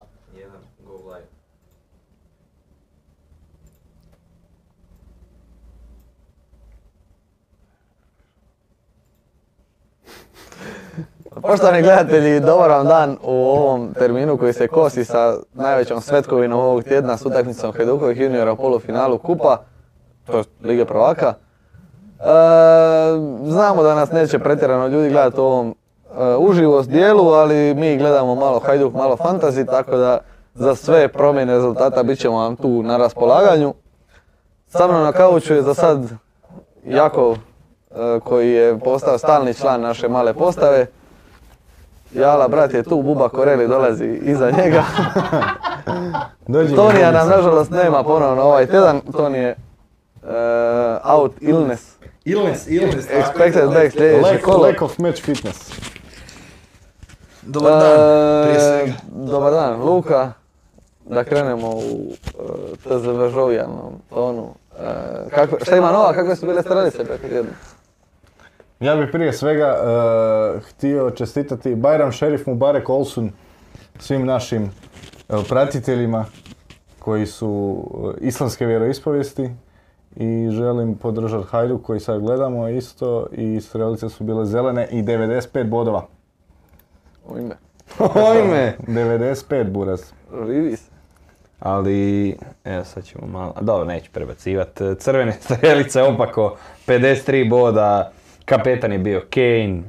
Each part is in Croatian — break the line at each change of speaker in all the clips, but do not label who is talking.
Poštovani gledatelji, dobar vam dan u ovom terminu koji se kosi sa najvećom svetkovinom ovog tjedna s utakmicom Hajdukovih juniora u polufinalu Kupa, to Lige prvaka. E, znamo da nas neće pretjerano ljudi gledati u ovom e, uživo dijelu, ali mi gledamo malo Hajduk, malo fantasy, tako da za sve promjene rezultata bit ćemo vam tu na raspolaganju. Sa mnom na kauču je za sad Jakov, e, koji je postao stalni član naše male postave. Jala, brat je tu, Buba Koreli dolazi iza njega.
Dođi
Tonija nam nažalost nema ponovno ovaj tjedan. Toni je e, out illness.
Illness, illness.
Expected back sljedeće
Lack,
kolo.
lack of match fitness.
Dobar dan, prije
E,
svega.
Dobar dan, Luka. Da krenemo u e, TZV žovjanom tonu. E, kakve- šta ima nova, kakve su bile strelice preko tjedna?
Ja bih prije svega eh, htio čestitati Bajram Šerif Mubarek Olsun svim našim eh, pratiteljima koji su eh, islamske vjeroispovijesti i želim podržati Hajduk koji sad gledamo isto i strelice su bile zelene i 95 bodova.
U ime.
Ojme!
95 buraz.
Živi se.
Ali, evo sad ćemo malo, a dobro, neću prebacivat. Crvene strelice opako, 53 boda, kapetan je bio Kane.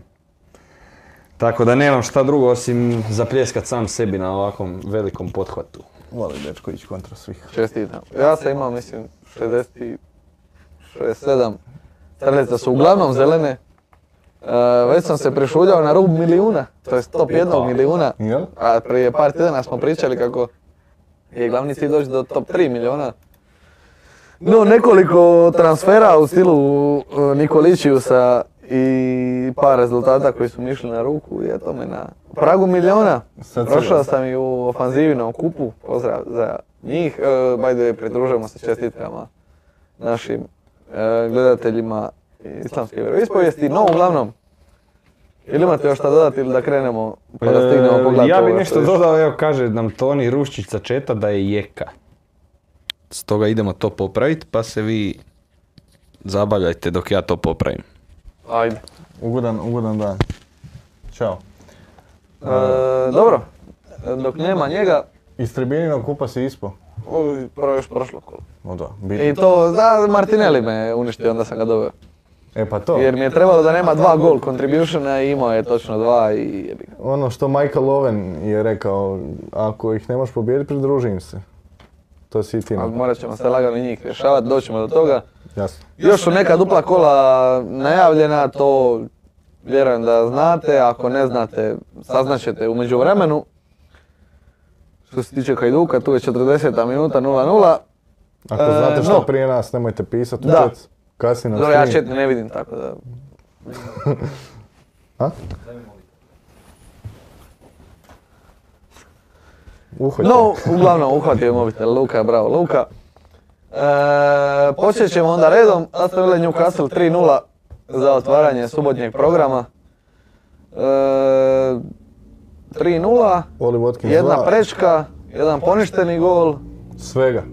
Tako da nemam šta drugo osim zapljeskat sam sebi na ovakvom velikom pothvatu.
Voli dečko ići kontra svih.
Čestitam. Ja sam imao, mislim, 60 67 strelica su uglavnom zelene. E, već sam se prešuljao na rub milijuna, to je top jednog milijuna.
Jel?
A prije par tjedana smo pričali kako je glavni cilj doći do top 3 milijuna. No, nekoliko transfera u stilu e, Nikolićiusa i par rezultata koji su mi išli na ruku i eto me na pragu milijuna.
Sad se-
Prošao sam i u ofanzivnom kupu, pozdrav za njih. E, by the way, pridružujemo se čestitkama našim e, gledateljima islamske vjeroispovijesti. No, uglavnom, ili imate još šta dodati ili da krenemo pa da stignemo
E,
pogledati
Ja bi
ovo što
nešto
je išlo?
dodao, evo kaže nam Toni Ruščić sa četa da je jeka. Stoga idemo to popraviti, pa se vi zabavljajte dok ja to popravim.
Ajde.
Ugodan, ugodan dan. Ćao.
E, dobro, E, dok nema njega,
Iz tribininog kupa si ispo.
uj, prvo još prošlo kolo.
No da, bitno.
I to, da, Martinelli me je uništio, onda sam ga doveo.
E pa to.
Jer mi je trebalo da nema dva gol contributiona i imao je točno dva i jebi ga.
Ono što Michael Owen je rekao, ako ih ne možeš pobijediti, pridruži im se. To si i ti
Ali
napravio.
morat ćemo se lagano njih rješavati, doćemo do toga.
Jasno.
Još su neka dupla kola najavljena, to vjerujem da znate, ako ne znate, saznaćete u međuvremenu. Što se tiče Hajduka, tu je 40. minuta 0-0.
Ako
E,
znate što
no.
prije nas, nemojte pisati u
Da.
chat. Kasnije nam
Dobro, ja
stream.
četiri ne vidim, tako da...
A? Uhvatio.
No, uglavnom, uhvatio je mobitel. Luka, bravo, Luka. E, počet ćemo onda redom. Aston Villa Newcastle 3-0 za otvaranje subotnjeg programa. E, 3-0,
Oli Watkins
jedna
dva,
prečka, jedan poništeni gol
Svega.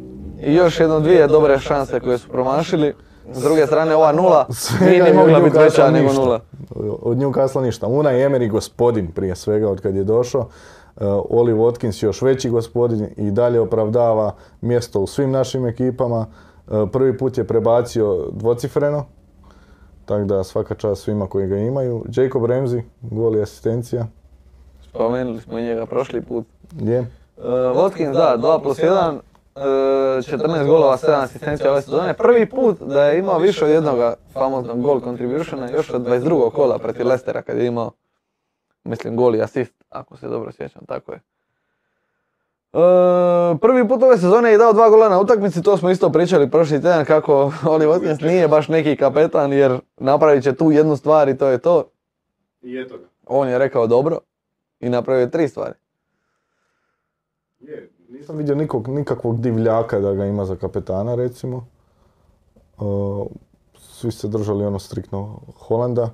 i još jedno dvije dobre šanse koje su promašili. S druge strane, ova nula
Svega
nije ni
i od
mogla biti
Newcastle
veća nego
ništa.
nula.
Od Newcastle ništa. Una Emery gospodin prije svega od kad je došao. E, Oli Watkins još veći gospodin i dalje opravdava mjesto u svim našim ekipama. E, prvi put je prebacio dvocifreno. Tako da svaka čast svima koji ga imaju. Jacob Ramsey, gol i asistencija.
Spomenuli smo i njega prošli put.
Je.
E, Watkins, da, 2 plus 1, 14 golova, 7 asistencija ove sezone. Prvi put da je imao više od jednog famoznog gol contributiona, još od 22. kola protiv Lestera kad je imao, mislim, gol i asist, ako se dobro sjećam, tako je. E, prvi put ove sezone je dao dva gola na utakmici, to smo isto pričali prošli tjedan kako Oli Watkins nije baš neki kapetan jer napravit će tu jednu stvar i to je to.
I eto ga.
On je rekao dobro i napravio je tri stvari.
Je, nisam...
Nisam vidio nikog, nikakvog divljaka da ga ima za kapetana, recimo. E, svi se držali ono striktno Holanda.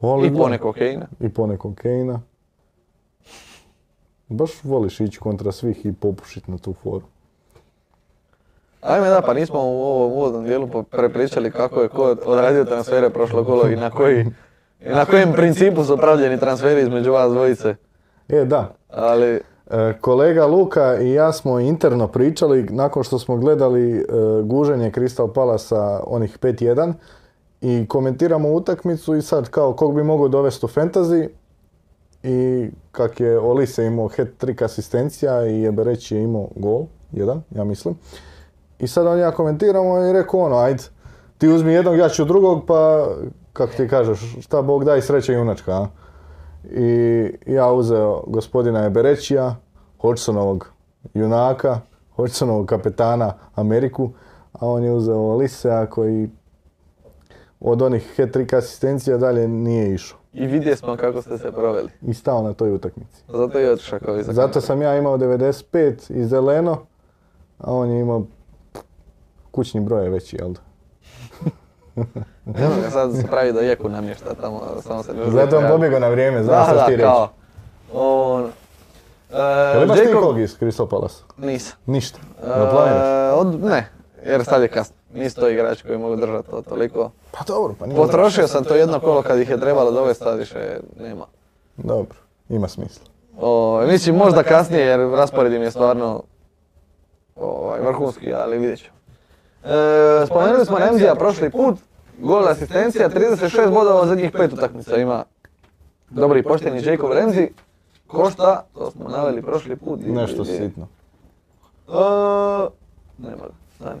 Oli
I
Wa-
pone kokaina.
i ponekog Kejna. Baš voliš ići kontra svih i popušiti na tu foru.
Ajme da, pa nismo u ovom uvodnom dijelu po- prepričali kako je ko odradio transfere prošlo kolo i na koji I na kojem principu su pravljeni transferi između vas dvojice?
E, da.
Ali,
E, Kolega Luka i ja smo interno pričali nakon što smo gledali e, guženje Crystal Palasa onih 5-1 i komentiramo utakmicu i sad kao kog bi mogao dovesti u fantasy i kak je Olise imao hat-trick asistencija i Ebereć je imao gol, jedan, ja mislim. I sad on ja komentiramo i rekao ono, ajde, ti uzmi jednog, ja ću drugog, pa kako ti kažeš, šta Bog da i sreća junačka, a? i ja uzeo gospodina Eberećija, Hodgsonovog junaka, Hodgsonovog kapetana Ameriku, a on je uzeo Olisea koji od onih hat-trick asistencija dalje nije išao
i vidjeli smo kako ste se proveli.
i stao na toj utakmici.
Zato je otišao kao iza.
Zato sam ja imao 95 i zeleno, a on je imao kućni broj je veći, jel da?
Evo ga sad se pravi da jeku namješta tamo, samo se ne
Zato je on pobjegao na vrijeme, znam što ti
da,
reći.
kao. On...
Jel
E,
imaš ti
Jacob-
kog iz Crystal Palace?
Nisam.
Ništa. Na planinu.
E, od, ne, jer sad je kasno. Nisu to igrači koji mogu držati to toliko.
Pa dobro, pa nije.
Potrošio sam to jedno kolo kad ih je trebalo dovesti, sad više nema.
Dobro, ima smisla.
O, mislim, možda kasnije jer raspored im je stvarno ovaj, vrhunski, ali vidjet ćemo. E, spomenuli smo Remzija prošli put, gol asistencija, 36 bodova u zadnjih pet utakmica ima. Dobri i pošteni Jacob Remzi, košta, to smo naveli prošli put. i-
Nešto
i-
sitno.
E, nema ga, stani.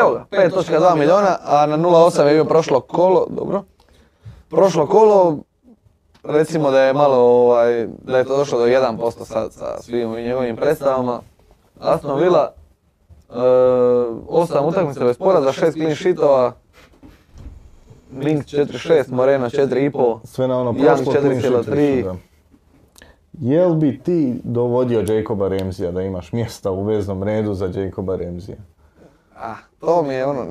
Evo ga, 5.2 miliona, a na 0.8 je bio prošlo kolo, dobro. Prošlo kolo, recimo da je malo, ovaj, da je to došlo do 1% sad sa svim ovim njegovim predstavama. Aston Villa, e, 8 utakmica bez poraza, 6 clean sheetova, Link 4.6, Moreno 4.5.
Sve na ono
Young
prošlo clean sheet
4,3.
više, da. Jel bi ti dovodio Jacoba Remzija da imaš mjesta u veznom redu za Jacoba Remzija?
Ah, to mi je ono,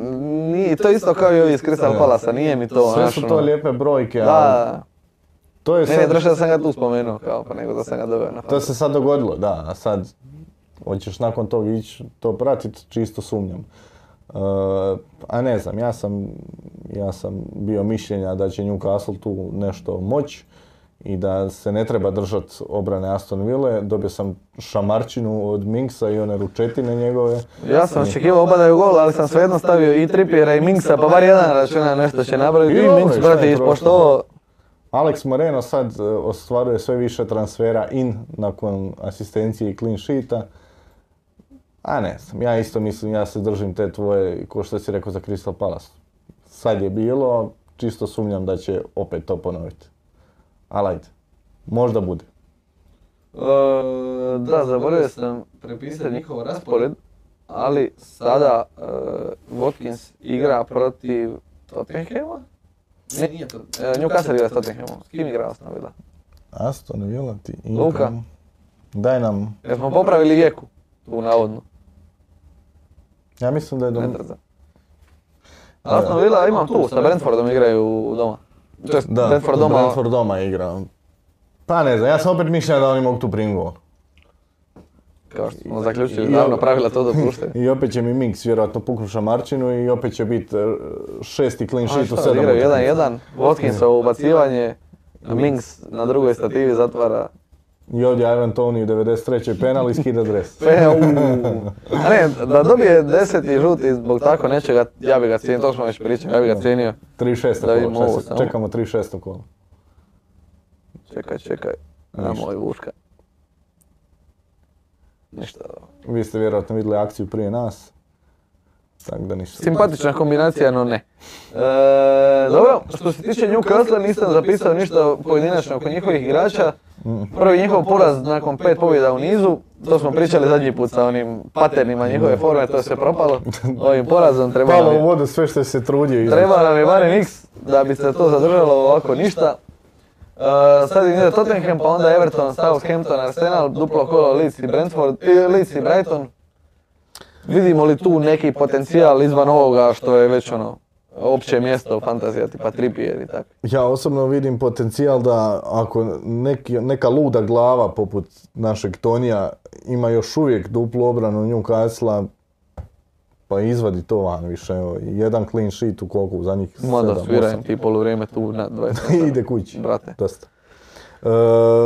nije, to je isto kao i ovi iz Crystal Palasa, nije mi to,
Sve
znaš,
su to
ono.
lijepe brojke, ali
Da,
to je
meni je
sad,
draže da sam ga tu spomenuo, kao, pa nego da sam ga doveo na
to
fazu.
se sad dogodilo, da, a sad hoćeš nakon toga ići to pratiti, čisto sumnjam. E, a ne znam, ja sam, ja sam bio mišljenja da će Newcastle tu nešto moć i da se ne treba držati obrane Aston Ville. Dobio sam šamarčinu od Minksa i one ručetine njegove.
Ja sam očekivao obadaju gol, ali sam svejedno stavio i Trippiera i Minksa, pa bar jedan računa nešto će napraviti.
I
I
dobro je,
Minks,
šta je
brate,
prošlo?
ispoštovao.
Alex Moreno sad e, ostvaruje sve više transfera in nakon asistencije i clean sheeta. A ne znam, ja isto mislim, ja se držim te tvoje, ko što si rekao za Crystal Palace. Sad je bilo, čisto sumnjam da će opet to ponoviti. Ali ajde, možda bude.
E, da, zaboravio sam prepisati njihov raspored, ali sada e, Watkins igra protiv Tottenhema. Ne, nije to. E, Newcastle igra s Tottenhamom. S kim igrao sam bila?
Aston Villa ti
Luka.
Daj nam,
Jer smo popravili vijeku, tu navodno.
ja mislim da je do...
Ne trzam. Aston Villa imam tu, sa Brentfordom igraju doma. To jest
Da,
Brentford doma.
Brentford doma igra. Pa ne znam, ja sam opet mišljen da oni mogu tu primiti gol.
Kao što smo zaključili,
I-
davno pravila to dopuštaju.
I opet će mi Minks vjerojatno puknuša Marčinu i opet će biti e, šesti clean
Oni
sheet u
Pa što,
sedam
igraju
utakmica.
1-1, Watkinsovo ubacivanje, Minks na drugoj stativi zatvara.
I ovdje Ivan Toni u 93. penal i skida dres.
Pe, uuu. A ne, da dobije deseti žuti zbog tako nečega, ja bi ga cijenio, to smo već pričali, ja bi ga cijenio.
3-6
Da vidimo
kola,
ovo
šta se-
samo.
čekamo 3-6 kola.
Čekaj, čekaj, na moj vuška. Ništa.
Vi ste vjerojatno vidjeli akciju prije nas. Tako da ništa.
Simpatična kombinacija, no ne. E, dobro, što se tiče Newcastle nisam zapisao ništa pojedinačno oko njihovih igrača. Prvi njihov poraz nakon pet pobjeda u nizu, to smo pričali zadnji put sa onim paternima njihove forme, to se propalo. Ovim porazom treba nam
Palo u
je,
vodu sve što je se trudio iza.
treba nam je barem x da bi se to zadržalo ovako ništa. E, sad im ide Tottenham, pa onda Everton, Southampton, Arsenal, duplo kolo Leeds i, Brentford, i Leeds i Brighton. Vidimo li tu neki potencijal izvan ovoga što je već ono opće mjesto fantazija tipa Trippier i tako.
Ja osobno vidim potencijal da ako neki, neka luda glava poput našeg Tonija ima još uvijek duplu obranu Newcastle Pa izvadi to van više, evo, jedan clean sheet u koliko, u zadnjih
Ma da
sedam,
svirajem
osam.
ti poluvrijeme tu na 20.
I ide kući.
Brate.
Dosta. E,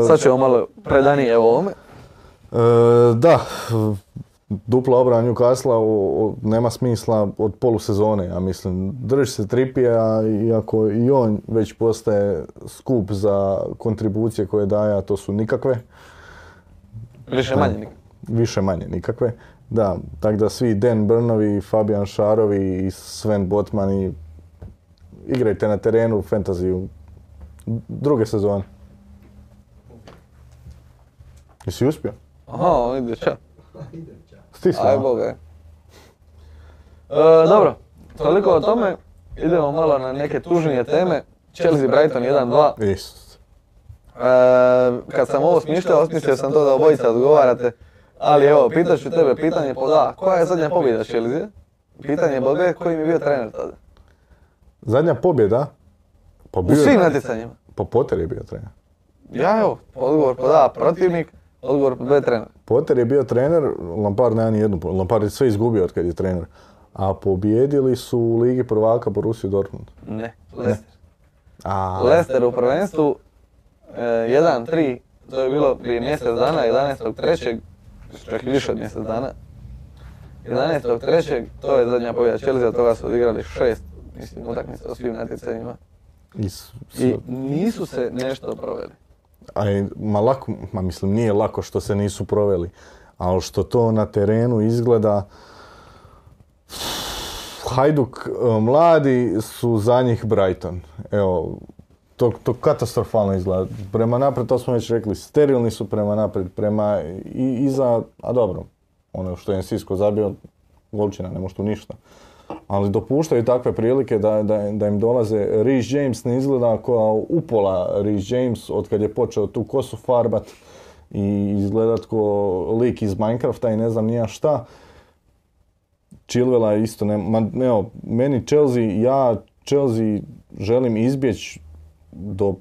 Sad ćemo malo predani evo ovome.
e, da, dupla obrana Newcastle nema smisla od polusezone, ja mislim. Drži se Tripija, iako i on već postaje skup za kontribucije koje daje, a to su nikakve.
Više manje nikad.
više manje nikakve. Da, tako da svi Dan Brnovi, Fabian Šarovi i Sven Botmani igrajte na terenu u fantaziju druge sezone. Jesi uspio?
Aha, on ide ča.
Stisno.
Aj boga. je. E, dobro, toliko o tome. Idemo malo na neke tužnije teme. Chelsea Brighton 1-2.
Isus.
E, kad sam ovo smišljao, osmislio sam to da obojica odgovarate. Ali evo, pitat ću tebe pitanje po da, koja je zadnja pobjeda Chelsea? Pitanje Bobe, koji mi je bio trener tada?
Zadnja pobjeda? Pa bio
U
je-
svim natjecanjima.
Pa Potter je bio trener.
Ja evo, odgovor po da, protivnik, odgovor po B trener.
Potter je bio trener, Lampard nema ni jednu, po- Lampard je sve izgubio od kad je trener. A pobjedili su u Ligi prvaka Borussia Dortmund.
Ne, Leicester.
A,
Leicester u prvenstvu e, 1-3, to je bilo prije mjesec dana, 11.3. Čak i više od mjesec dana. 11.3. to je zadnja pobjeda Chelsea, od toga su odigrali šest, mislim, utakmica u svim natjecanjima.
i s- s-
I nisu se nešto proveli.
A je, ma lako, ma mislim, nije lako što se nisu proveli, ali što to na terenu izgleda... Hajduk e, mladi su za njih Brighton. Evo, to, to katastrofalno izgleda. Prema naprijed, to smo već rekli, sterilni su prema naprijed, prema i, iza, a dobro, ono što je Ensisko zabio, golčina, ne može tu ništa. Ali dopuštaju takve prilike da, da, da im dolaze. Rhys James ne izgleda kao upola Rhys James od kad je počeo tu kosu farbat i izgledat ko lik iz Minecrafta i ne znam nija šta. Chilvela isto ne, ma, evo, meni Chelsea, ja Chelsea želim izbjeći do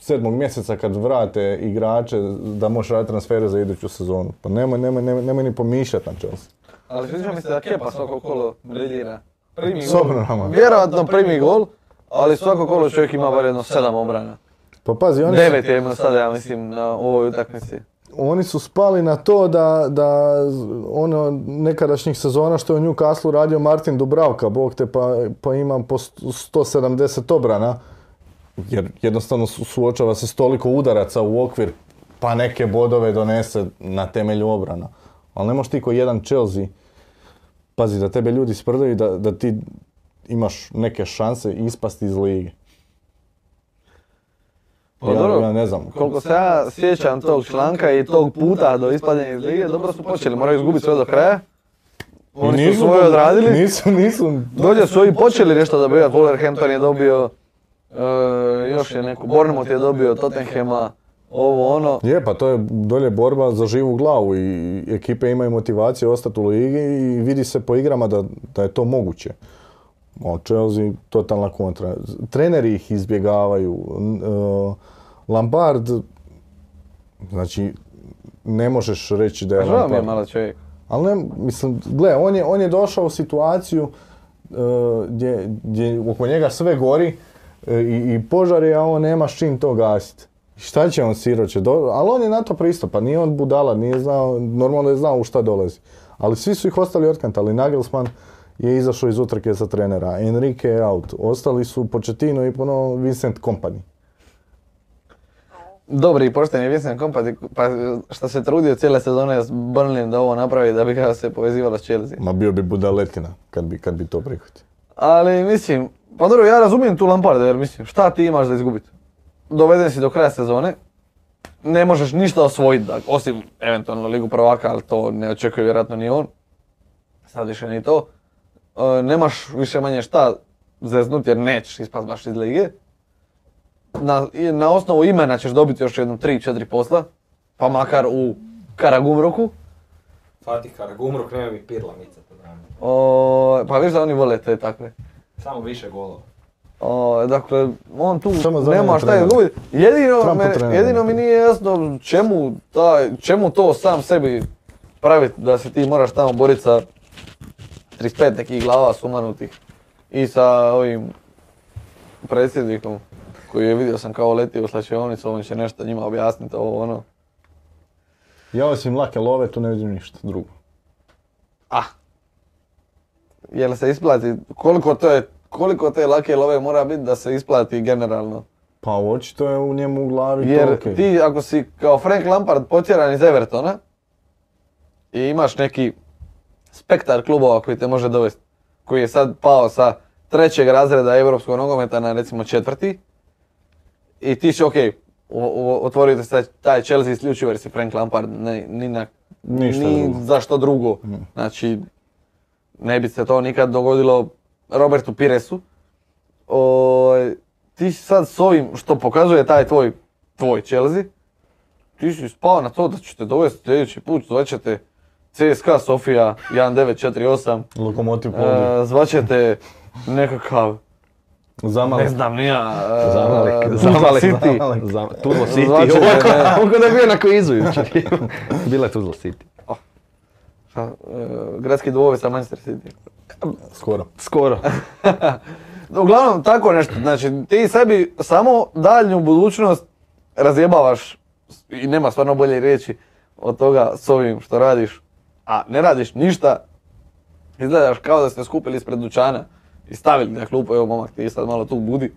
sedmog mjeseca kad vrate igrače da možeš raditi transfere za iduću sezonu. Pa nemoj, nemoj, nemoj, nemoj ni pomišljati na Chelsea.
Ali sviđa mi se da Kepa svako kolo briljira. Primi
S
gol.
obranama.
Vjerojatno primi gol, ali svako kolo čovjek ima bar jedno sedam obrana.
Pa pazi, oni su-
Devet je imao sada, ja mislim, na ovoj utakmici.
oni su spali na to da, da z- ono nekadašnjih sezona što je u Newcastle radio Martin Dubravka, bog te pa, pa imam po st- 170 obrana, jer jednostavno su- suočava se s toliko udaraca u okvir, pa neke bodove donese na temelju obrana. Ali ne možeš ti ko jedan Chelsea, pazi da tebe ljudi sprdaju i da, da ti imaš neke šanse ispasti iz lige.
Pa
Ja-
dobro.
ja ne znam.
Koliko se ja sjećam tog članka i tog puta do ispadanja iz lige, dobro su počeli, moraju izgubiti sve do kraja. Oni su
Nisu
svoje
to-
odradili.
Nisu, nisu,
Dolje su ovi počeli nešto dobivati, Wolverhampton je dobio, e, još je neku, Bournemouth je dobio, Tottenhema, ovo ono.
Je, pa to je dolje borba za živu glavu i ekipe imaju motivacije ostati u ligi i vidi se po igrama da, da je to moguće. O, Chelsea, totalna kontra. Treneri ih izbjegavaju. N- e, Lampard, znači, ne možeš reći da je
Pa Žao mi je
Lampard.
malo čovjek.
Ali ne, mislim, gle, on je, on je došao u situaciju e, gdje, gdje oko njega sve gori e, i, i požar je, a on nema s čim to gasiti. Šta će on siroće? Do, ali on je na to pristao, pa nije on budala, nije znao, normalno je znao u šta dolazi. Ali svi su ih ostali otkantali. Nagelsmann je izašao iz utrke za trenera, Enrique je out, ostali su Početino i ponovo Vincent Kompany.
Dobri i pošteni Vincent Kompany, pa što se trudio cijele sezone s Burnleyem da ovo napravi da bi ga se povezivalo s Chelsea.
Ma bio bi budaletina kad bi, kad bi to prihvatio.
Ali mislim, pa dobro, ja razumijem tu Lamparda jer mislim, šta ti imaš za izgubiti? Doveden si do kraja sezone, ne možeš ništa osvojiti, dak- osim eventualno Ligu prvaka, ali to ne očekuje vjerojatno ni on. Sad više ni to. E, nemaš više manje šta zeznut jer nećeš ispast baš iz lige. Na, i na osnovu imena ćeš dobiti još jednom 3-4 posla, pa makar u Karagumroku.
Fatih Karagumruk, nema bi pirla pa mica po danu.
O, pa viš da oni vole te takve.
Samo više golova.
O, dakle, on tu
Samo za
nema
mene
šta
trener.
izgubiti. Jedino,
Trumpu
mene-
trener.
jedino mi nije jasno čemu, taj- čemu to sam sebi praviti da se ti moraš tamo boriti sa 35 nekih glava sumanutih. I sa ovim predsjednikom koji je vidio sam kao leti u slačionicu, on će nešto njima objasniti ovo ono.
Ja osim lake love tu ne vidim ništa drugo.
Ah. Jel se isplati, koliko to je, koliko te lake love mora biti da se isplati generalno?
Pa očito je u njemu u glavi
Jer
to okej.
ti ako si kao Frank Lampard potjeran iz Evertona i imaš neki spektar klubova koji te može dovesti, koji je sad pao sa trećeg razreda europskog nogometa na recimo četvrti i ti će ok, otvorite se taj Chelsea isključivo jer si Frank Lampard ne- ni na
Ništa
ni
drugo. Mm.
za što drugo. Znači, ne bi se to nikad dogodilo Robertu Piresu. Ovaj, ti si sad s ovim što pokazuje taj tvoj, tvoj Chelsea, ti si spao na to da ćete te dovesti sljedeći put, zvaćete CSKA Sofija 1948,
Lokomotiv Plovdiv.
e, zvaćete nekakav,
Zamali.
ne znam ni ja, e,
Zamalik,
Tuzla
Zamalik,
City.
Zamalik, Zam- Tuzla City.
Zvaćete, ne.
Ovo da je bio na kvizu jučer. Bila je Tuzla City.
Šta, e, gradski duovi sa Manchester City.
Skoro.
Skoro.
Uglavnom, tako nešto. Znači, ti sebi samo daljnju budućnost razjebavaš i nema stvarno bolje riječi od toga s ovim što radiš. A ne radiš ništa, izgledaš kao da ste skupili ispred dućana i stavili na klupu, evo momak ti sad malo tu budi.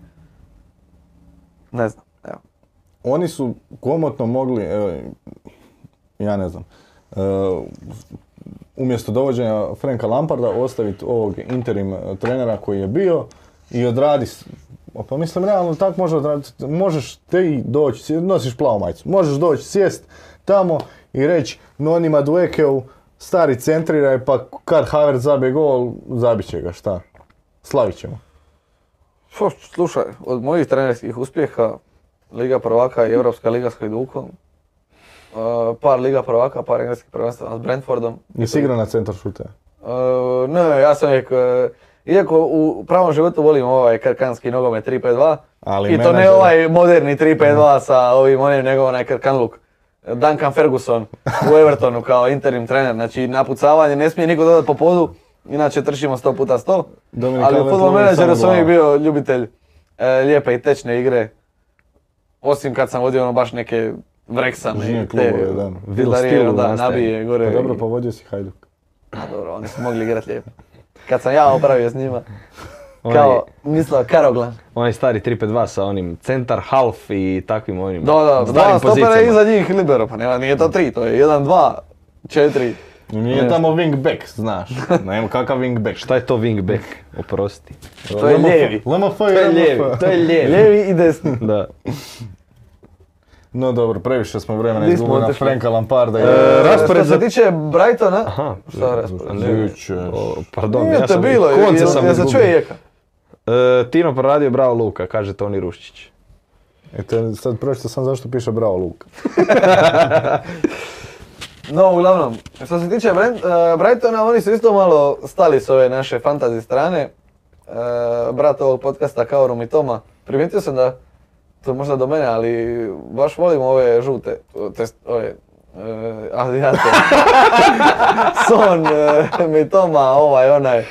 Ne znam, evo.
Oni su komotno mogli, evo, ja ne znam, e, umjesto dovođenja Franka Lamparda ostaviti ovog interim e, trenera koji je bio i odradi, s- a pa mislim realno tako može odraditi, možeš ti doći, sje- nosiš plavu majicu, možeš doći sjest tamo i reći Noni Maduekeu, stari centriraj pa kad Havertz zabije gol, zabit će ga, šta? Slavit ćemo.
Šo, slušaj, od mojih trenerskih uspjeha, Liga prvaka i Europska liga s Hajdukom, e, par Liga prvaka, par engleskih prvenstva s Brentfordom,
Jesi igrao na centar šutera?
E, ne, ja sam uvijek, e, iako u pravom životu volim ovaj krkanski nogomet 3-5-2,
Ali
i to ne
menadžer- Mhm.
ovaj moderni 3-5-2 sa ovim onim, nego onaj krkanluk. Duncan Ferguson u Evertonu kao interim trener, znači napucavanje, ne smije niko dodat po podu, inače tršimo 100 puta 100.
Dominic
Ali u
Calvert-Lewin
futbol
samo
menadžeru sam
glava.
uvijek bio ljubitelj e, lijepe i tečne igre, osim kad sam vodio ono baš neke vreksame
Žine
i te
klubove, da.
Villa
filarijere,
Stilu
da,
nastaje.
nabije gore.
Pa
E, i-
dobro, pa vodio si Hajduk.
a dobro, oni su mogli igrati lijepo. Kad sam ja opravio s njima,
Onaj,
kao mislao Karoglan.
onaj stari 352 sa onim centar, half i takvim onim
Da, da,
starim
dva stopera
pozicijama.
iza njih libero, pa nema, nije to tri, to je jedan, dva, četiri.
Nije
Ne.
tamo wingback, znaš. Nemo kakav wingback.
Šta je to wingback? Oprosti.
To je
LMF,
lijevi.
LMF
To je
LMF.
lijevi, to je lijevi.
Lijevi E, i desni.
Da.
No dobro, previše smo
Di
vremena
smo
izgubili na
otišli?
Franka Lamparda. i-
E, raspored
Što
za-
se tiče Brightona,
Aha.
šta je raspored?
ne,
Jučer.
o, pardon,
Nije
ja
te
sam
bilo,
konce
jel-
sam
jel se
izgubio.
čuje jeka.
E, Tino proradio bravo Luka, kaže Toni Ruščić.
Eto, E, sad pročito sam zašto piše bravo Luka.
No, uglavnom, što se tiče Brent- e, Brightona, oni su isto malo stali s ove naše fantazi strane. E, brat ovog podcasta Kaurum i Toma, primijetio sam da, to je možda do mene, ali baš volim ove žute, to jest ove, e, azijate. Son, e, mi Toma, ovaj, onaj,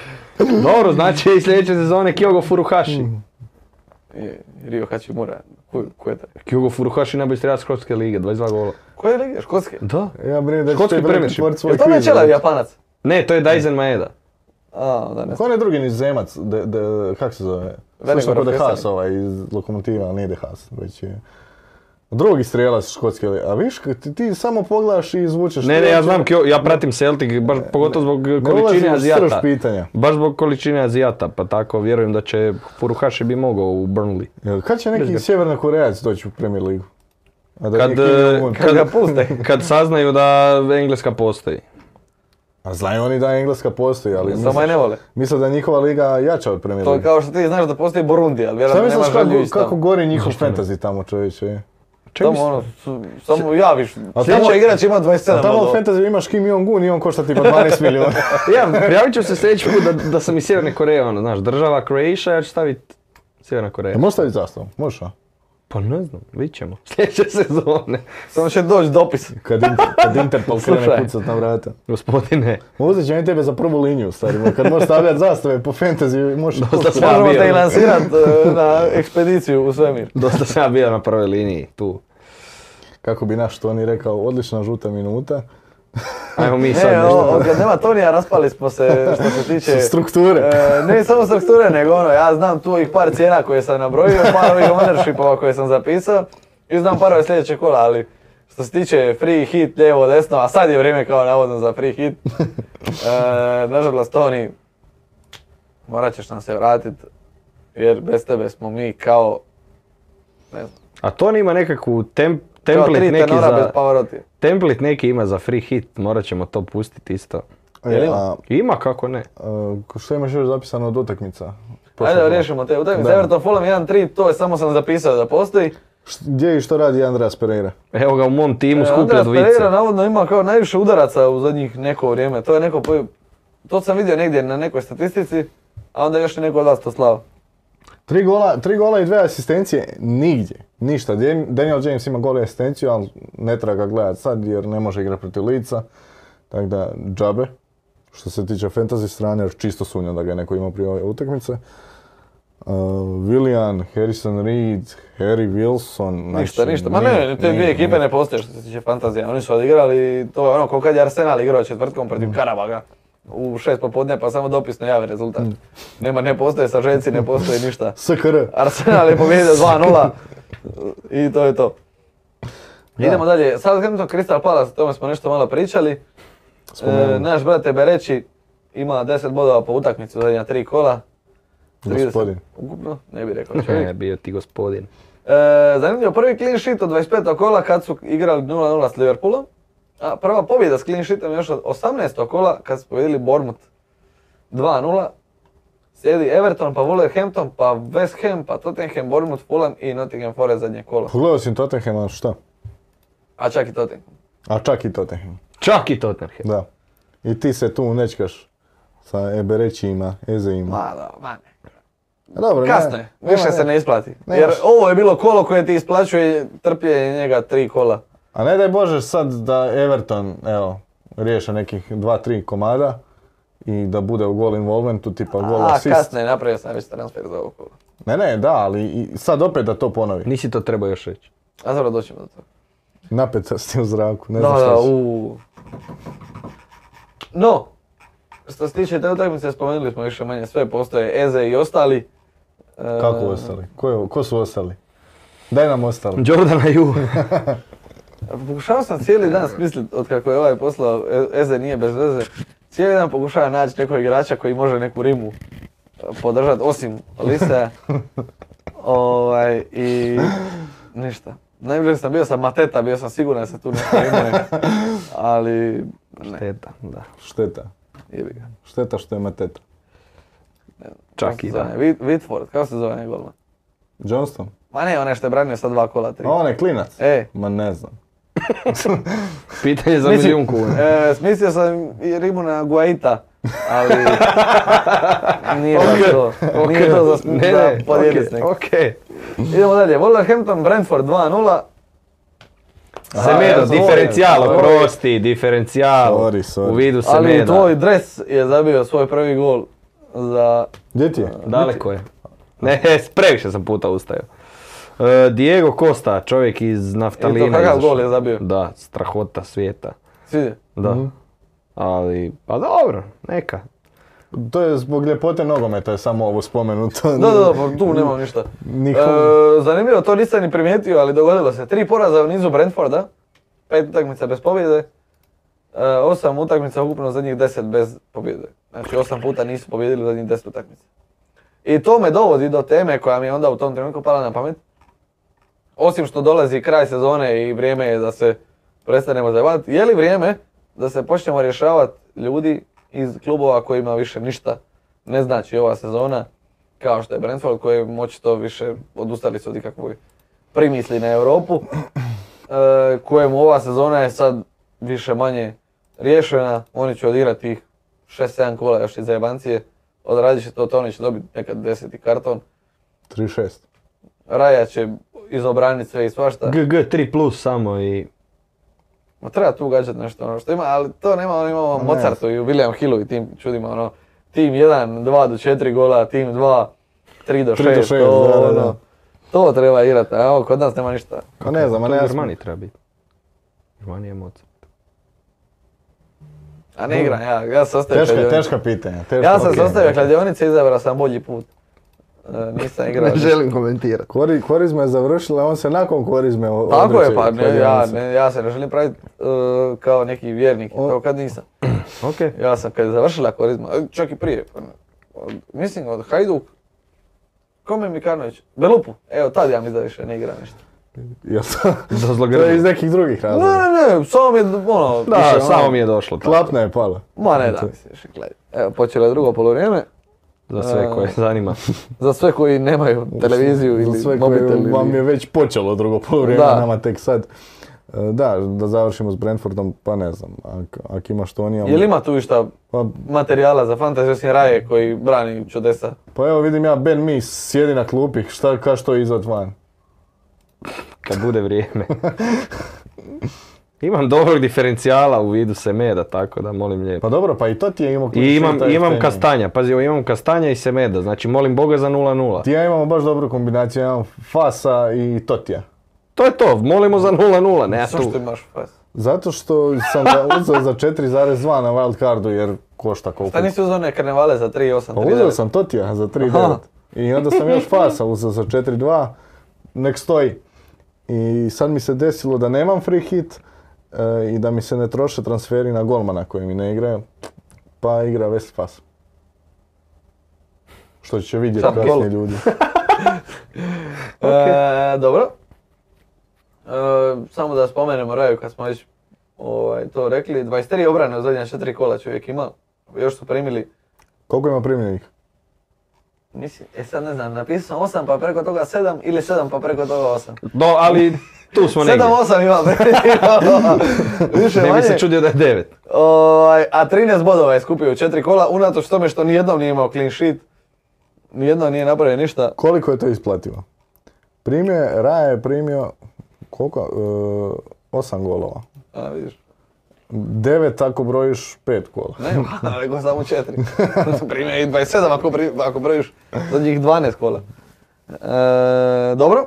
Dobro, znači i sljedeće sezone Kyogo Furuhashi.
i Rio Hachimura, ko, ko je taj?
Kyogo Furuhashi najbolji strelac Škotske lige, 22 gola.
Koje lige? Škotske?
Da.
Ja brinem da ćeš
Škotski
ti brati
premiership.
četvrt svoj
Je to
kviz.
Nečelav Japanac?
Ne, to je Daizen Maeda.
A, onda ne znam.
Ko je onaj drugi nizemac, de, de, kak se zove?
Veliko
Slično kod De Haas
Rafesani.
ovaj iz Lokomotiva, ali nije De Haas, već je... Drugi strijelac škotske, li- a viš, ti, ti samo pogledaš i izvučeš...
Ne, ne, ja
strelce.
znam, Kyo- ja pratim Celtic, baš pogotovo zbog
znači Ne
količine
ulazim u srž
Azijata.
pitanja.
Baš zbog količine Azijata, pa tako vjerujem da će Furuhashi bi mogao u Burnley.
Jel, Kad će neki sjevernokorejac doći u Premier ligu? A da
Kad,
nije Kim
eh,
Jong-un?
kad ga puste. Kad saznaju da Engleska postoji.
A znaju oni da Engleska postoji, ali
Samo je ne vole.
misle da je njihova liga jača od Premier
To je
lige.
kao što ti znaš da postoji Burundi, ali
Šta
vjerojatno
misliš
nema želju
kako,
ići tamo.
kako gori njihov fantasy tamo čovječe?
Samo ono, su- samo javiš. A
tamo-
tamo igrač ima 27
A tamo u
bodova.
fantasy imaš Kim Jong-un i on košta tipa 12 milijuna.
Ja, prijavit ću se sljedeći put da, da sam iz Sjeverne Koreje, ono, znaš, država Croatia, ja ću staviti Sjeverna Koreja.
E, možeš staviti E, zastavu, možeš a?
Pa ne znam, vidit ćemo. Sljedeće sezone.
Samo će doći dopis.
Kad, Inter, kad Interpol krene
Slušaj.
pucat na vrata.
Gospodine,
Uzet će oni tebe za prvu liniju, stari moj. Kad možeš stavljati zastave po fantasy, možeš...
Dosta
pucat.
Ja
Možemo
bio.
te i lansirat e, na ekspediciju u svemir.
dosta sam ja bio na prvoj liniji tu.
Kako bi naš Toni rekao, odlična žuta minuta.
Ajmo mi sad
E,
Ne, o,
nešto.
o, kad nema Tonija raspali smo se što se tiče...
Strukture.
E, ne samo strukture, nego ono, ja znam tu ovih par cijena koje sam nabrojio, par ovih ownershipova koje sam zapisao i znam par ove sljedeće kola, ali što se tiče free hit, lijevo, desno, a sad je vrijeme kao navodno za free hit, e, nažalost Toni, morat ćeš nam se vratit, jer bez tebe smo mi kao, ne znam,
A to ima nekakvu tem,
kao
template
tri
neki
tenora bez pa-
za...
Pavarotti.
Template neki ima za free hit, morat ćemo to pustiti isto.
E, a,
Ima kako ne.
e, što imaš još zapisano od utakmica? Prošle
Ajde da
kola.
riješimo te utakmice,
Da.
Everton Fulham 1-3, to je samo sam zapisao da postoji.
Št- Gdje i što radi Andreas Pereira?
Evo ga u mom timu
E,
skuplja
Andreas
dvojice.
Pereira navodno ima kao najviše udaraca u zadnjih neko vrijeme. To je neko poj- To sam vidio negdje na nekoj statistici, a onda još je neko od vas to slao.
Tri gola, tri gola i dve asistencije, nigdje, ništa. Dan- Daniel James ima gol i asistenciju, ali ne treba ga gledat sad jer ne može igrati protiv lica. Tako da, džabe. Što se tiče fantasy strane, jer čisto sumnjam da ga je neko imao prije ove utakmice. Uh, Willian, Harrison Reed, Harry Wilson.
Ništa,
znači,
ništa. Ma
ni-
ne, ni te
ni-
dvije ekipe
ni-
ne postoje što se tiče fantazija. Oni su odigrali, to je ono ko kad je Arsenal igrao četvrtkom protiv Karabaga u šest popodne pa samo dopisno jave rezultat. Nema, ne postoje sažeci, ne postoji ništa.
SKR.
Arsenal je pobjedio 2-0 i to je to. Idemo dalje. Southampton Crystal Palace, o tome smo nešto malo pričali. E, naš brat tebe reći, ima 10 bodova po utakmici u zadnja tri kola. 30
Gospodin.
Ukupno, ne bi rekao čovjek.
E, bio ti gospodin.
E, zanimljivo, prvi clean sheet od 25. kola kad su igrali 0-0 s Liverpoolom. A prva pobjeda s clean sheetom još od 18. kola kad su pobjedili Bournemouth 2-0. Slijedi Everton, pa Wolverhampton, pa West Ham, pa Tottenham, Bournemouth, Fulham i Nottingham Forest zadnje kolo.
Pogledao si Tottenham, ali šta?
A čak i Tottenham.
A čak i Tottenham,
Čak i Tottenham.
da. I ti se tu nečkaš sa Eberećima, Ezeima.
Ma da, ma ne.
Dobro, ne-
Kasno je,
nema
više se
ne-
ne isplati.
Nema
Jer
š-
ovo je bilo kolo koje ti isplaćuje trpljenje njega tri kola.
A ne daj Bože sad da Everton, evo, riješe nekih dva, tri komada i da bude u gol involventu, tipa gol
A,
assist.
kasno je, napravio sam već transfer za ovo kolo.
Ne, ne, da, ali i sad opet da to ponovi.
Nisi to trebao još reći.
A zapravo doćemo do toga.
Napet si u zraku, ne
Da,
znam šta
da,
će.
u. No, što se tiče te utakmice, spomenuli smo više manje sve, postoje Eze i ostali. E,
Kako ostali? Ko, je- ko su ostali? Daj nam ostali.
Jordana Ju.
Pokušao sam cijeli dan smisliti, od kako je ovaj poslao, E- Eze nije bez veze. Cijeli dan pokušavam naći nekog igrača koji može neku rimu e, podržat, osim Liseja. ovaj, i ništa. Najbliže sam bio sa Mateta, bio sam siguran da se tu nešto rimuje, ali ne,
Teta, da.
Šteta.
jebi ga.
Šteta što ima teta.
Kako
Čak
se
i
zove?
da.
Whit- Whitford, kako se zove onaj golman?
Johnston?
Ma ne, onaj što je branio sa dva kola, tri.
A on je klinac?
E.
Ma ne znam.
Pitanje za
Mislim,
milijun kuna.
e, smislio sam i rimu na Guaita, ali nije baš to. Nije to za,
Ne,
za
ne,
podijelit
okej,
s nekim.
okej.
Idemo dalje, Wolverhampton, Brentford 2-0.
Semedo,
ja, sorry,
diferencijal,
sorry.
oprosti, diferencijal.
Sorry, sorry.
U vidu
Ali
Semeda.
tvoj dres je zabio svoj prvi gol za...
Gdje ti je?
Daleko je. Ne, previše sam puta ustao. E, Diego Costa, čovjek iz Naftalina.
I to kakav
izašao.
gol je zabio?
Da, strahota svijeta.
Svidio.
Da. Ali, pa dobro, neka.
To je zbog ljepote nogometa je samo ovo spomenuto.
Da, da, da, pa tu nemam ništa.
Niko-
E, zanimljivo, to nisam ni primijetio, ali dogodilo se. Tri poraza u nizu Brentforda, pet utakmica bez pobjede, e, osam utakmica ukupno zadnjih deset bez pobjede. Znači osam puta nisu pobjedili u zadnjih deset utakmica. I to me dovodi do teme koja mi je onda u tom trenutku pala na pamet. Osim što dolazi kraj sezone i vrijeme je da se prestanemo zajebati, je li vrijeme da se počnemo rješavati ljudi iz klubova kojima više ništa ne znači ova sezona, kao što je Brentford koji moći to više odustali su od ikakvoj primisli na Europu, e, kojemu ova sezona je sad više manje riješena, oni će odigrati tih 6-7 kola još iz zajebancije, odradit će to, to oni će dobiti nekad deseti karton,
3-6.
Raja će izobraniti sve i svašta.
GG 3 plus samo i...
Ma treba tu ugađati nešto ono što ima, ali to nema, ono imamo
Ne.
Mozartu i u William Hillu i tim čudima, ono, tim 1, 2 do 4 gola, tim 2, 3 do 6,
Tri do šest,
to,
da, da,
ono,
da.
to treba igrati, a ovo kod nas nema ništa.
Pa ne znam,
To
ma
u
ne znam.
Germaniji treba biti. Germanija je Mozart.
A ne igram ja, ja sam ostavio
Teška,
kladionice.
teška pitanja. Teška,
Ja sam se
ok.
ostavio kladionice i izabrao sam bolji put. E, nisam igrao.
Ne želim komentirati.
Kori, korizma je završila, on se nakon korizme o-
Tako je,
odriče
pa ne, ja,
kladionice.
ne, ja se ne želim praviti kao neki vjernik,
O-
kao kad nisam.
Ok.
Ja sam kad je završila korizma, e, čak i prije, pa ne, od- mislim od Hajduk, kome Mikanović, Belupu, evo tad ja mislim da više ne igra ništa.
Jel sam-
Za
to je iz
zlogrbi.
nekih drugih
Ne,
razloga.
ne, ne, samo mi je, ono,
Da,
više, ono,
samo mi je došlo. tako.
Klapna je pala.
Ma ne da mi se više gledati. Evo, počelo je drugo polovrijeme,
Za sve koje zanima.
za sve koji nemaju televiziju
Za
ili
sve koje
mobitel ili...
vam je već počelo drugo polovrijeme,
Da.
nama tek sad. E, Da, da završimo s Brentfordom, pa ne znam, ako ak ima što nije...
Jel ima tu išta
Pa,
materijala za fantasy osim Raje koji brani čudesa?
pa evo vidim ja, Ben Mi sjedi na klupi, šta, ka što je izad van.
Kad bude vrijeme. Imam dobrog diferencijala u vidu semeda, tako da molim lijepo.
Pa dobro, pa i to ti je imao...
I imam,
taj
imam
Stenning.
kastanja, pazi, ovo imam kastanja i semeda, znači molim Boga za 0-0.
Ti ja imamo baš dobru kombinaciju, ja imam Fasa i Totija.
To je to, molimo za 0-0, ne ja tu.
Zašto imaš fas?
Zato što sam ga uzeo za 4,2 na wild cardu jer košta koliko.
Šta nisi uzeo one karnevale za 3.8?
Pa uzeo sam Totija za 3,9.
Aha.
I onda sam još Fasa uzeo za 4,2. Nek stoji. I sad mi se desilo da nemam free hit e, i da mi se ne troše transferi na golmana koji mi ne igraju. Pa igra West Fas. Što će vidjeti
Sad
kasnije
gol.
ljudi.
E, dobro. E, samo da spomenemo Raju kad smo već ovaj, to rekli. 23 obrane u zadnja četiri kola čovjek ima. Još su primili,
Koliko ima primljenih?
mislim, e sad ne znam, napisao sam 8 pa preko toga 7 ili 7 pa preko toga 8.
No, ali tu smo negdje.
7-8 ima, više
Ne bi
manje.
se čudio da je 9.
Ovaj, a 13 bodova je skupio u četiri kola, unatoč tome što nijednom nije imao clean sheet. Nijednom nije napravio ništa.
Koliko je to isplativo? Primio je, Raja je primio koliko? E, 8 golova.
A, vidiš.
9 ako brojiš 5 kola.
Ne, nego samo četiri. Primjer i 27 ako, pri, ako brojiš zadnjih 12 kola. E, dobro,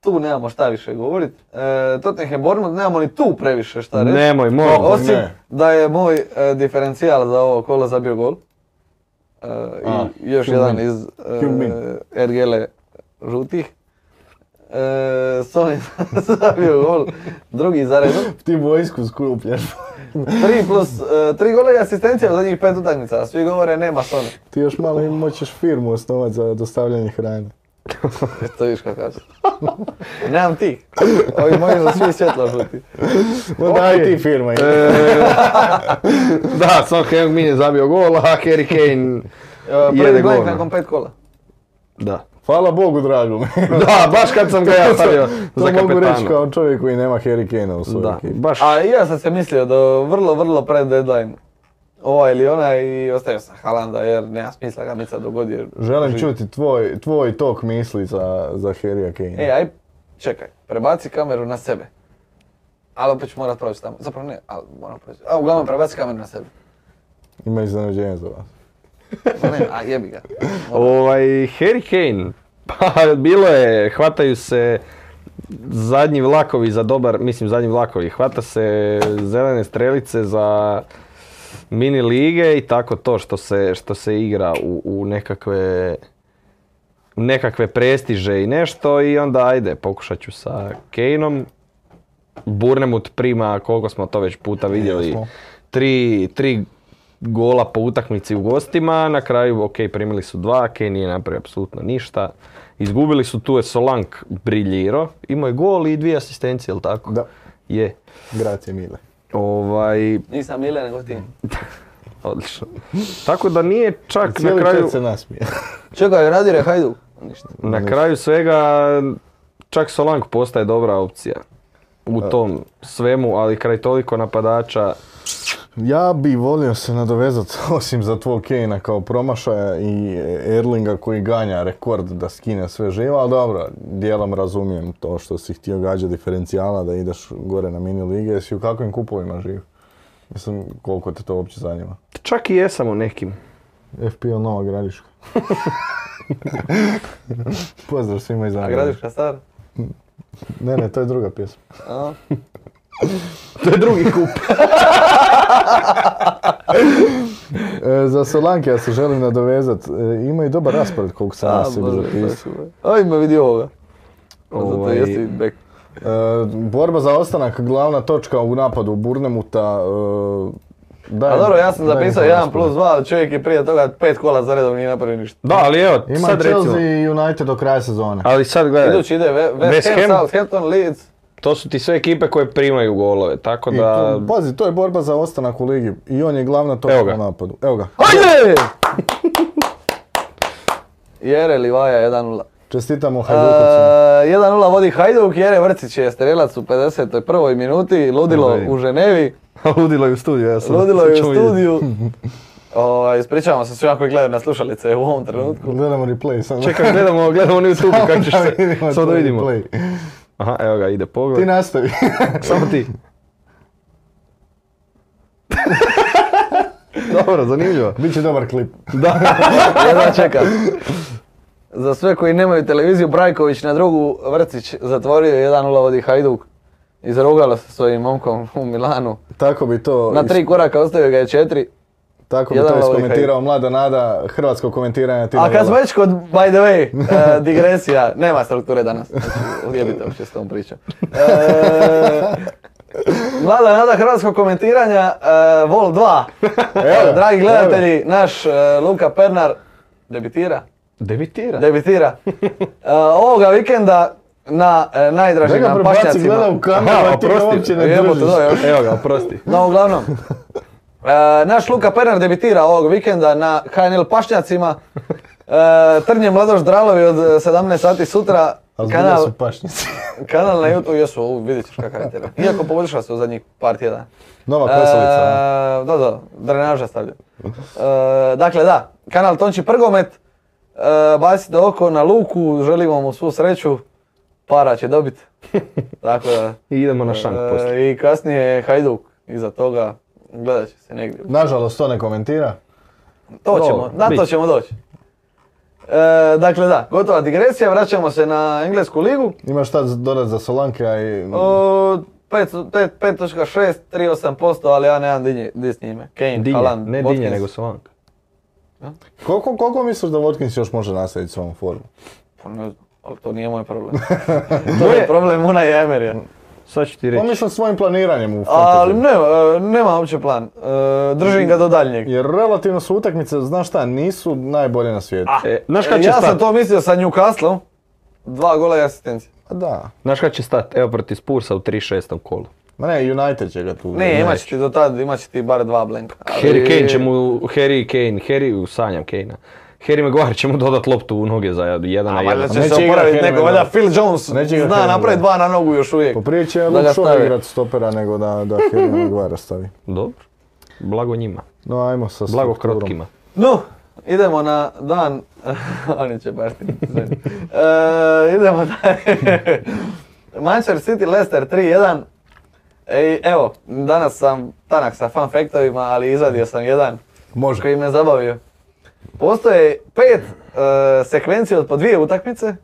tu nemamo šta više govorit. E, Tottenham Bournemouth, nemamo ni tu previše šta reći.
Nemoj, molim.
O,
Osim
Ne.
da je moj e, diferencijal za ovo kolo zabio gol. E,
A,
I još
Heung-min.
jedan iz
Heung-min.
e, Ergele žutih. E, Sonin zabio gol, drugi za redom.
Ti vojsku skupljaš.
3 plus, 3 gola i asistencija u zadnjih pet utakmica, a svi govore nema Sone.
Ti još malo im moćeš firmu osnovat za dostavljanje hrane.
Eto viš kako kažeš. Nemam ti. Ovi moji su svi svjetlo žuti.
No daj ti firma.
E. da, Son Heung-min je zabio gol, a Harry Kane
E,
jede
Prvi blank
gol.
nakon pet kola.
Da.
Hvala Bogu dragom.
da, baš kad sam ga ja stavio za
to mogu reći
kapetana.
kao čovjek koji nema Harry Kane u svojoj
Da,
ekipi.
baš.
A i ja sam se mislio da vrlo, vrlo pred deadline ova ili ona i ostavio sam Halanda jer nema smisla ga mica dogodi. Jer...
Želim čuti tvoj, tvoj tok misli za, za Harrya Kane.
E, aj, čekaj, prebaci kameru na sebe. Ali opet ću morat proći tamo. Zapravo ne, ali moram proći. A uglavnom prebaci kameru na sebe.
Ima iznenađenje za vas.
Ma Ne, a jebi ga.
Ovaj, Harry Kane, pa bilo je, hvataju se zadnji vlakovi za dobar, mislim zadnji vlakovi, hvata se zelene strelice za mini lige i tako to što se, što se igra u, u nekakve u nekakve prestiže i nešto i onda ajde, pokušat ću sa Kaneom. Burnamut prima, koliko smo to već puta vidjeli,
Jesmo.
tri, tri gola po utakmici u gostima, na kraju, ok, primili su dva, Kane nije napravio apsolutno ništa. Izgubili su, tu je Solank briljiro, imao je gol i dvije asistencije, jel tako?
Da,
Je.
grazie mile.
Ovaj,
Nisam Mile nego ti.
odlično. Tako da nije čak na
Cijeli
kraju...
kraju... se nasmije.
Čekaj, Radire, Hajduk. Ništa.
Na kraju svega, čak Solank postaje dobra opcija u tom svemu, ali kraj toliko napadača
Ja bi volio se nadovezati, osim za tvog Kejna kao promašaja i Erlinga koji ganja rekord da skine sve živo, ali dobro, dijelom razumijem to što si htio gađa diferencijala da ideš gore na mini lige, jesi u kakvim kupovima živ? Mislim, koliko te to uopće zanima?
Čak i jesam u nekim.
FPL Nova Gradiška. Pozdrav svima iz
A
Zagreba.
gradiška star?
Ne, ne, to je druga pjesma.
A?
To je drugi kup.
E, za Solanke ja se želim nadovezat. E, ima i dobar raspored koliko sam ja
A,
sebi
bože,
zapisao.
to je super. Ajme, vidi ovoga. Zato
Ovaj,
jesi bek.
E, borba za ostanak, glavna točka u napadu Burnemuta. E, daj,
A dobro, ja sam
daj
zapisao
mi to
1
raspored.
plus 2, ali čovjek je prije toga pet kola za redom nije napravio ništa.
Da, ali evo,
Ima
sad
Chelsea
recimo.
i United do kraja sezone.
Ali sad gledaj,
Idući ide Ve-
West
West
Ham?
Ham, Southampton, Leeds.
to su ti sve ekipe koje primaju golove, tako
I
da...
tu, pazi, to je borba za ostanak u ligi i on je glavna točka
Evo ga.
u napadu. Evo ga.
Ajde! Jere Livaja 1-0.
Čestitamo
E,
Hajdukovcima.
1-0 vodi Hajduk, Jere Vrcić je strelac u 51. minuti, ludilo
Ej.
u Ženevi,
Ludilo je u studiju, ja
ludilo je u studiju. Ovaj, Ispričavamo se svima koji gledaju na slušalice u ovom trenutku.
Gledamo replay sad.
Čekaj, gledamo, gledamo na YouTube kako ćeš
Da
se,
vidimo
sad da
tvoj
vidimo.
replay.
Aha, evo ga, ide pogled.
Ti nastavi.
Samo ti. Dobro, zanimljivo.
Biće dobar klip.
Jedva čeka. Za sve koji nemaju televiziju, Brajković na drugu, Vrcić zatvorio je 1-0 vodi Hajduk. Izrugalo se svojim momkom u Milanu.
Tako bi to,
Na tri koraka ostavio ga je četiri.
tako bi
Jedan
to
ovaj
iskomentirao mlada nada hrvatskog komentiranja Tina
A kad smo
Vela.
već kod, by the way, e, digresija, nema strukture danas. Odjebite uopće s tom pričom. E, Mlada nada hrvatskog komentiranja, e, Vol 2.
Evo,
Dragi gledatelji, naš e, Luka Pernar debitira.
Debitira.
debitira. E, ovoga vikenda na e,
Da
najdražim
ga
nam
prebaci,
pašnjacima.
gleda u kameru,
Aha,
a ti ga
oprosti. e,
uopće ne
Jebote,
držiš.
da, još.
Evo ga, oprosti.
No, uglavnom. e, naš Luka Pernar debitira ovog vikenda na HNL pašnjacima. E, Trnje Mladoš Dralovi od e, 17 sati sutra.
A zbilja
Kanal,
su pašnjaci.
kanal na YouTube, jesu, u, vidjet ćeš kakav je teren. Iako poboljšao se u zadnjih par tjedana.
Nova kosolica.
E, Da, da, drenaža stavlja. E, dakle, da, kanal Tonči Prgomet. E, bacite oko na Luku, želimo mu svu sreću. Para će dobiti. Tako da.
I idemo na šank
e,
poslije.
I kasnije je Hajduk iza toga. Gledat će se negdje.
Nažalost, to ne komentira.
To
Dobro,
ćemo, na
bit
to
će.
ćemo doći. E, dakle da, gotova digresija, vraćamo se na englesku ligu.
Imaš šta dodat za Solanke, a i...
O, pet su- pet- 5.6, 3,8%, ali ja nemam dinje, di s njime. Kane,
Dinje,
Haaland,
ne dinje,
Watkins.
nego Solanka.
Koliko, koliko misliš da Watkins još može nastaviti s ovom formom?
Pa ne znam, ali to nije moj problem. to je problem Una i Emerija.
Sad ću ti
Pa
reći.
mislim svojim planiranjem u
Ali
fantasy.
nema, e, nema uopće plan. E, Držim ga do daljnjeg.
Jer relativno su utakmice, znaš šta, nisu najbolje na svijetu.
E, Znaš
E,
kad će
Ja sam
stat?
to mislio sa Newcastle, dva gola i asistencija.
A Pa da.
Znaš kad će stat? Evo protiv Spursa u 36. kolu.
Ma ne, United će ga tu.
Ne, imat će ti do tad, imat će ti bar dva blanka. Ali-
Harry Kane će mu, Harry Kane, Harry, sanjam Kane-a. Harry Maguire će mu dodat loptu u noge za jedan na
A valjda
jedan.
će
Neće
se
igrat
oporaviti
Harry
neko, valjda Phil Jones
Neće igrat
zna
Harry
napraviti dva na nogu još uvijek.
Po prije će
Da ga
Luke Shaw
stavi.
igrat stopera nego da, da Harry Maguire stavi.
Dobro. Blago njima.
No ajmo sa
Blago
strukturom.
krotkima.
No, idemo na dan, oni će baš ti sve. E, idemo na Manchester City Leicester 3-1. E, evo, danas sam tanak sa fun factovima, ali izvadio sam jedan
Može.
koji me zabavio. Postoje pet e, sekvencija od po dvije utakmice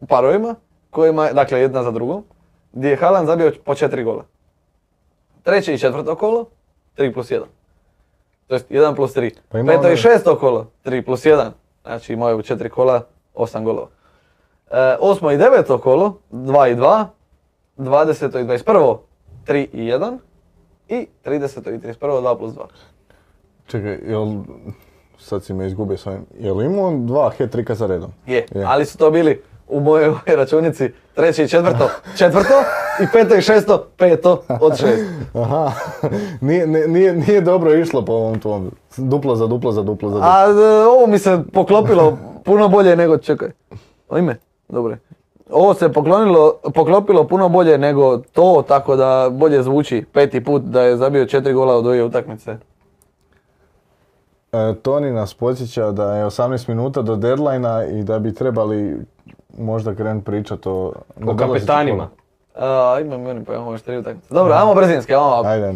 u parovima, kojima, dakle jedna za drugom, gdje je Haaland zabio po četiri gola. Treće i četvrto kolo, 3 plus 1. To jest 1 plus 3.
Pa ima
Peto
ono-
i šesto kolo, 3 plus 1. Znači imao je u četiri kola 8 golova. E, osmo i deveto kolo, 2 i 2. 20. i 21. 3 i 1. I 30. i 31. 2 plus 2.
Čekaj, jel... Sad si me izgubio s ovim. Jel imao dva hat trika za redom?
Je, ali su to bili u mojoj računici treće i četvrto, četvrto i peto i šesto, peto od šest.
Aha, nije, ne- nije, nije dobro išlo po ovom tvom. Duplo za duplo za duplo za duplo.
A e, ovo mi se poklopilo puno bolje nego, čekaj, o ime, dobro je. Ovo se poklonilo, poklopilo puno bolje nego to, tako da bolje zvuči peti put da je zabio četiri gola od dvije utakmice.
E, Toni nas podsjeća da je 18 minuta do deadline i da bi trebali možda krenut pričat o...
O kapetanima.
A, imam i oni pa imamo još tri utakmice. Dobro, ajmo brzinski, ajmo ovako.
Ajde.
E,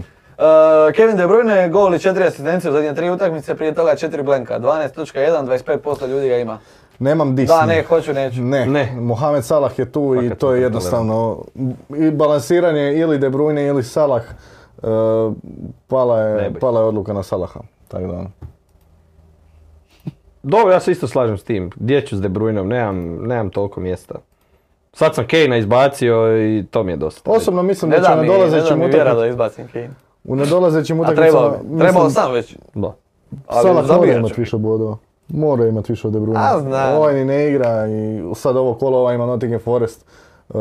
Kevin De Bruyne, gol i četiri asistencije u zadnje tri utakmice, prije toga četiri blanka. 12.1, 25% ljudi ga ima.
Nemam dis.
Da, ne, hoću, neću.
Ne,
Ne.
Mohamed Salah je tu
Fakat
i to je
ne
jednostavno i balansiranje ili De Bruyne ili Salah e, pala,
Ne
je,
bi.
pala je odluka na Salaha. Tako da,
Dobro, ja se isto slažem s tim. Gdje ću s De Bruynom, nemam, nemam toliko mjesta. Sad sam Kejna izbacio i to mi je dosta.
osobno mislim
Ne
da će
da
u
mi, ne da
nedolazećim
mi vjera da
utakmicama
izbacim Kane.
u nedolazećim
A
utakmicama
trebao bi, trebao
mislim,
sam već.
Da.
ali
Salah mora
zabijat
imati
ću.
više bodova. Mora imati više od De Bruyne.
A, znam.
Ovaj ni ne igra i sad ovo kolo ovaj ima Nottingham Forest. E,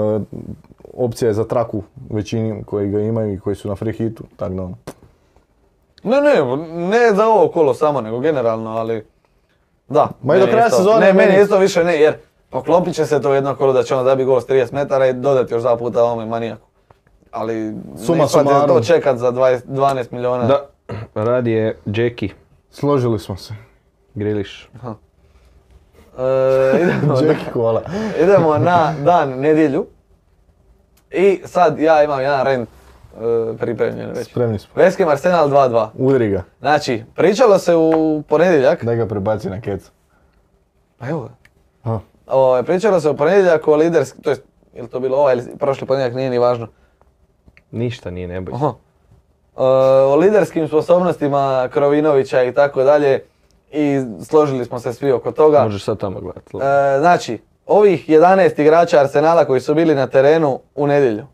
opcija je za traku većini koji ga imaju i koji su na free hitu. Tako da, ono.
Ne, ne, ne za ovo kolo samo, nego generalno, ali... Da.
Ma i do
meni
kraja
isto-
sezone
Ne, meni
meni-
isto više ne, jer poklopit će se to jedno kolo da će on zabi gol s 30 metara i dodati još dva puta ovome manijaku. Ali
Suma
ne isplati se
sumarum.
to čekat za 20 12 miliona.
Da, radi je Jackie
Složili smo se.
Griliš.
E, idemo,
Jackie Kola.
idemo na dan nedjelju. I sad ja imam jedan rend e, pripremljen već.
Spremni smo.
West Ham Arsenal 2-2.
Udri ga.
Znači, pričalo se u ponedjeljak.
Daj ga prebaci na kecu.
Pa evo ga.
A,
Ovaj, pričalo se u ponedjeljak o liderski, to jest, je li to bilo ovaj ili prošli ponedjeljak, nije ni važno.
Ništa nije, ne boj se.
Aha. E, o liderskim sposobnostima Krovinovića i tako dalje i složili smo se svi oko toga.
Možeš sad tamo gledati.
E, znači, ovih 11 igrača Arsenala koji su bili na terenu u nedjelju.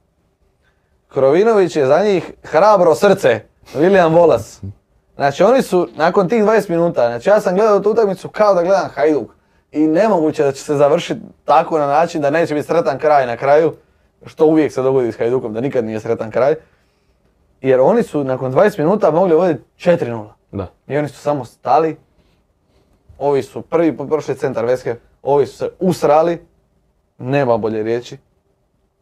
Krovinović je za njih hrabro srce, William Volas. Znači oni su nakon tih 20 minuta, znači ja sam gledao tu utakmicu kao da gledam Hajduk. I nemoguće da će se završiti tako na način da neće biti sretan kraj na kraju, što uvijek se dogodi s Hajdukom, da nikad nije sretan kraj. Jer oni su nakon 20 minuta mogli voditi 4-0.
Da.
I oni su samo stali. Ovi su prvi po- prošli centar Veske, ovi su se usrali. Nema bolje riječi.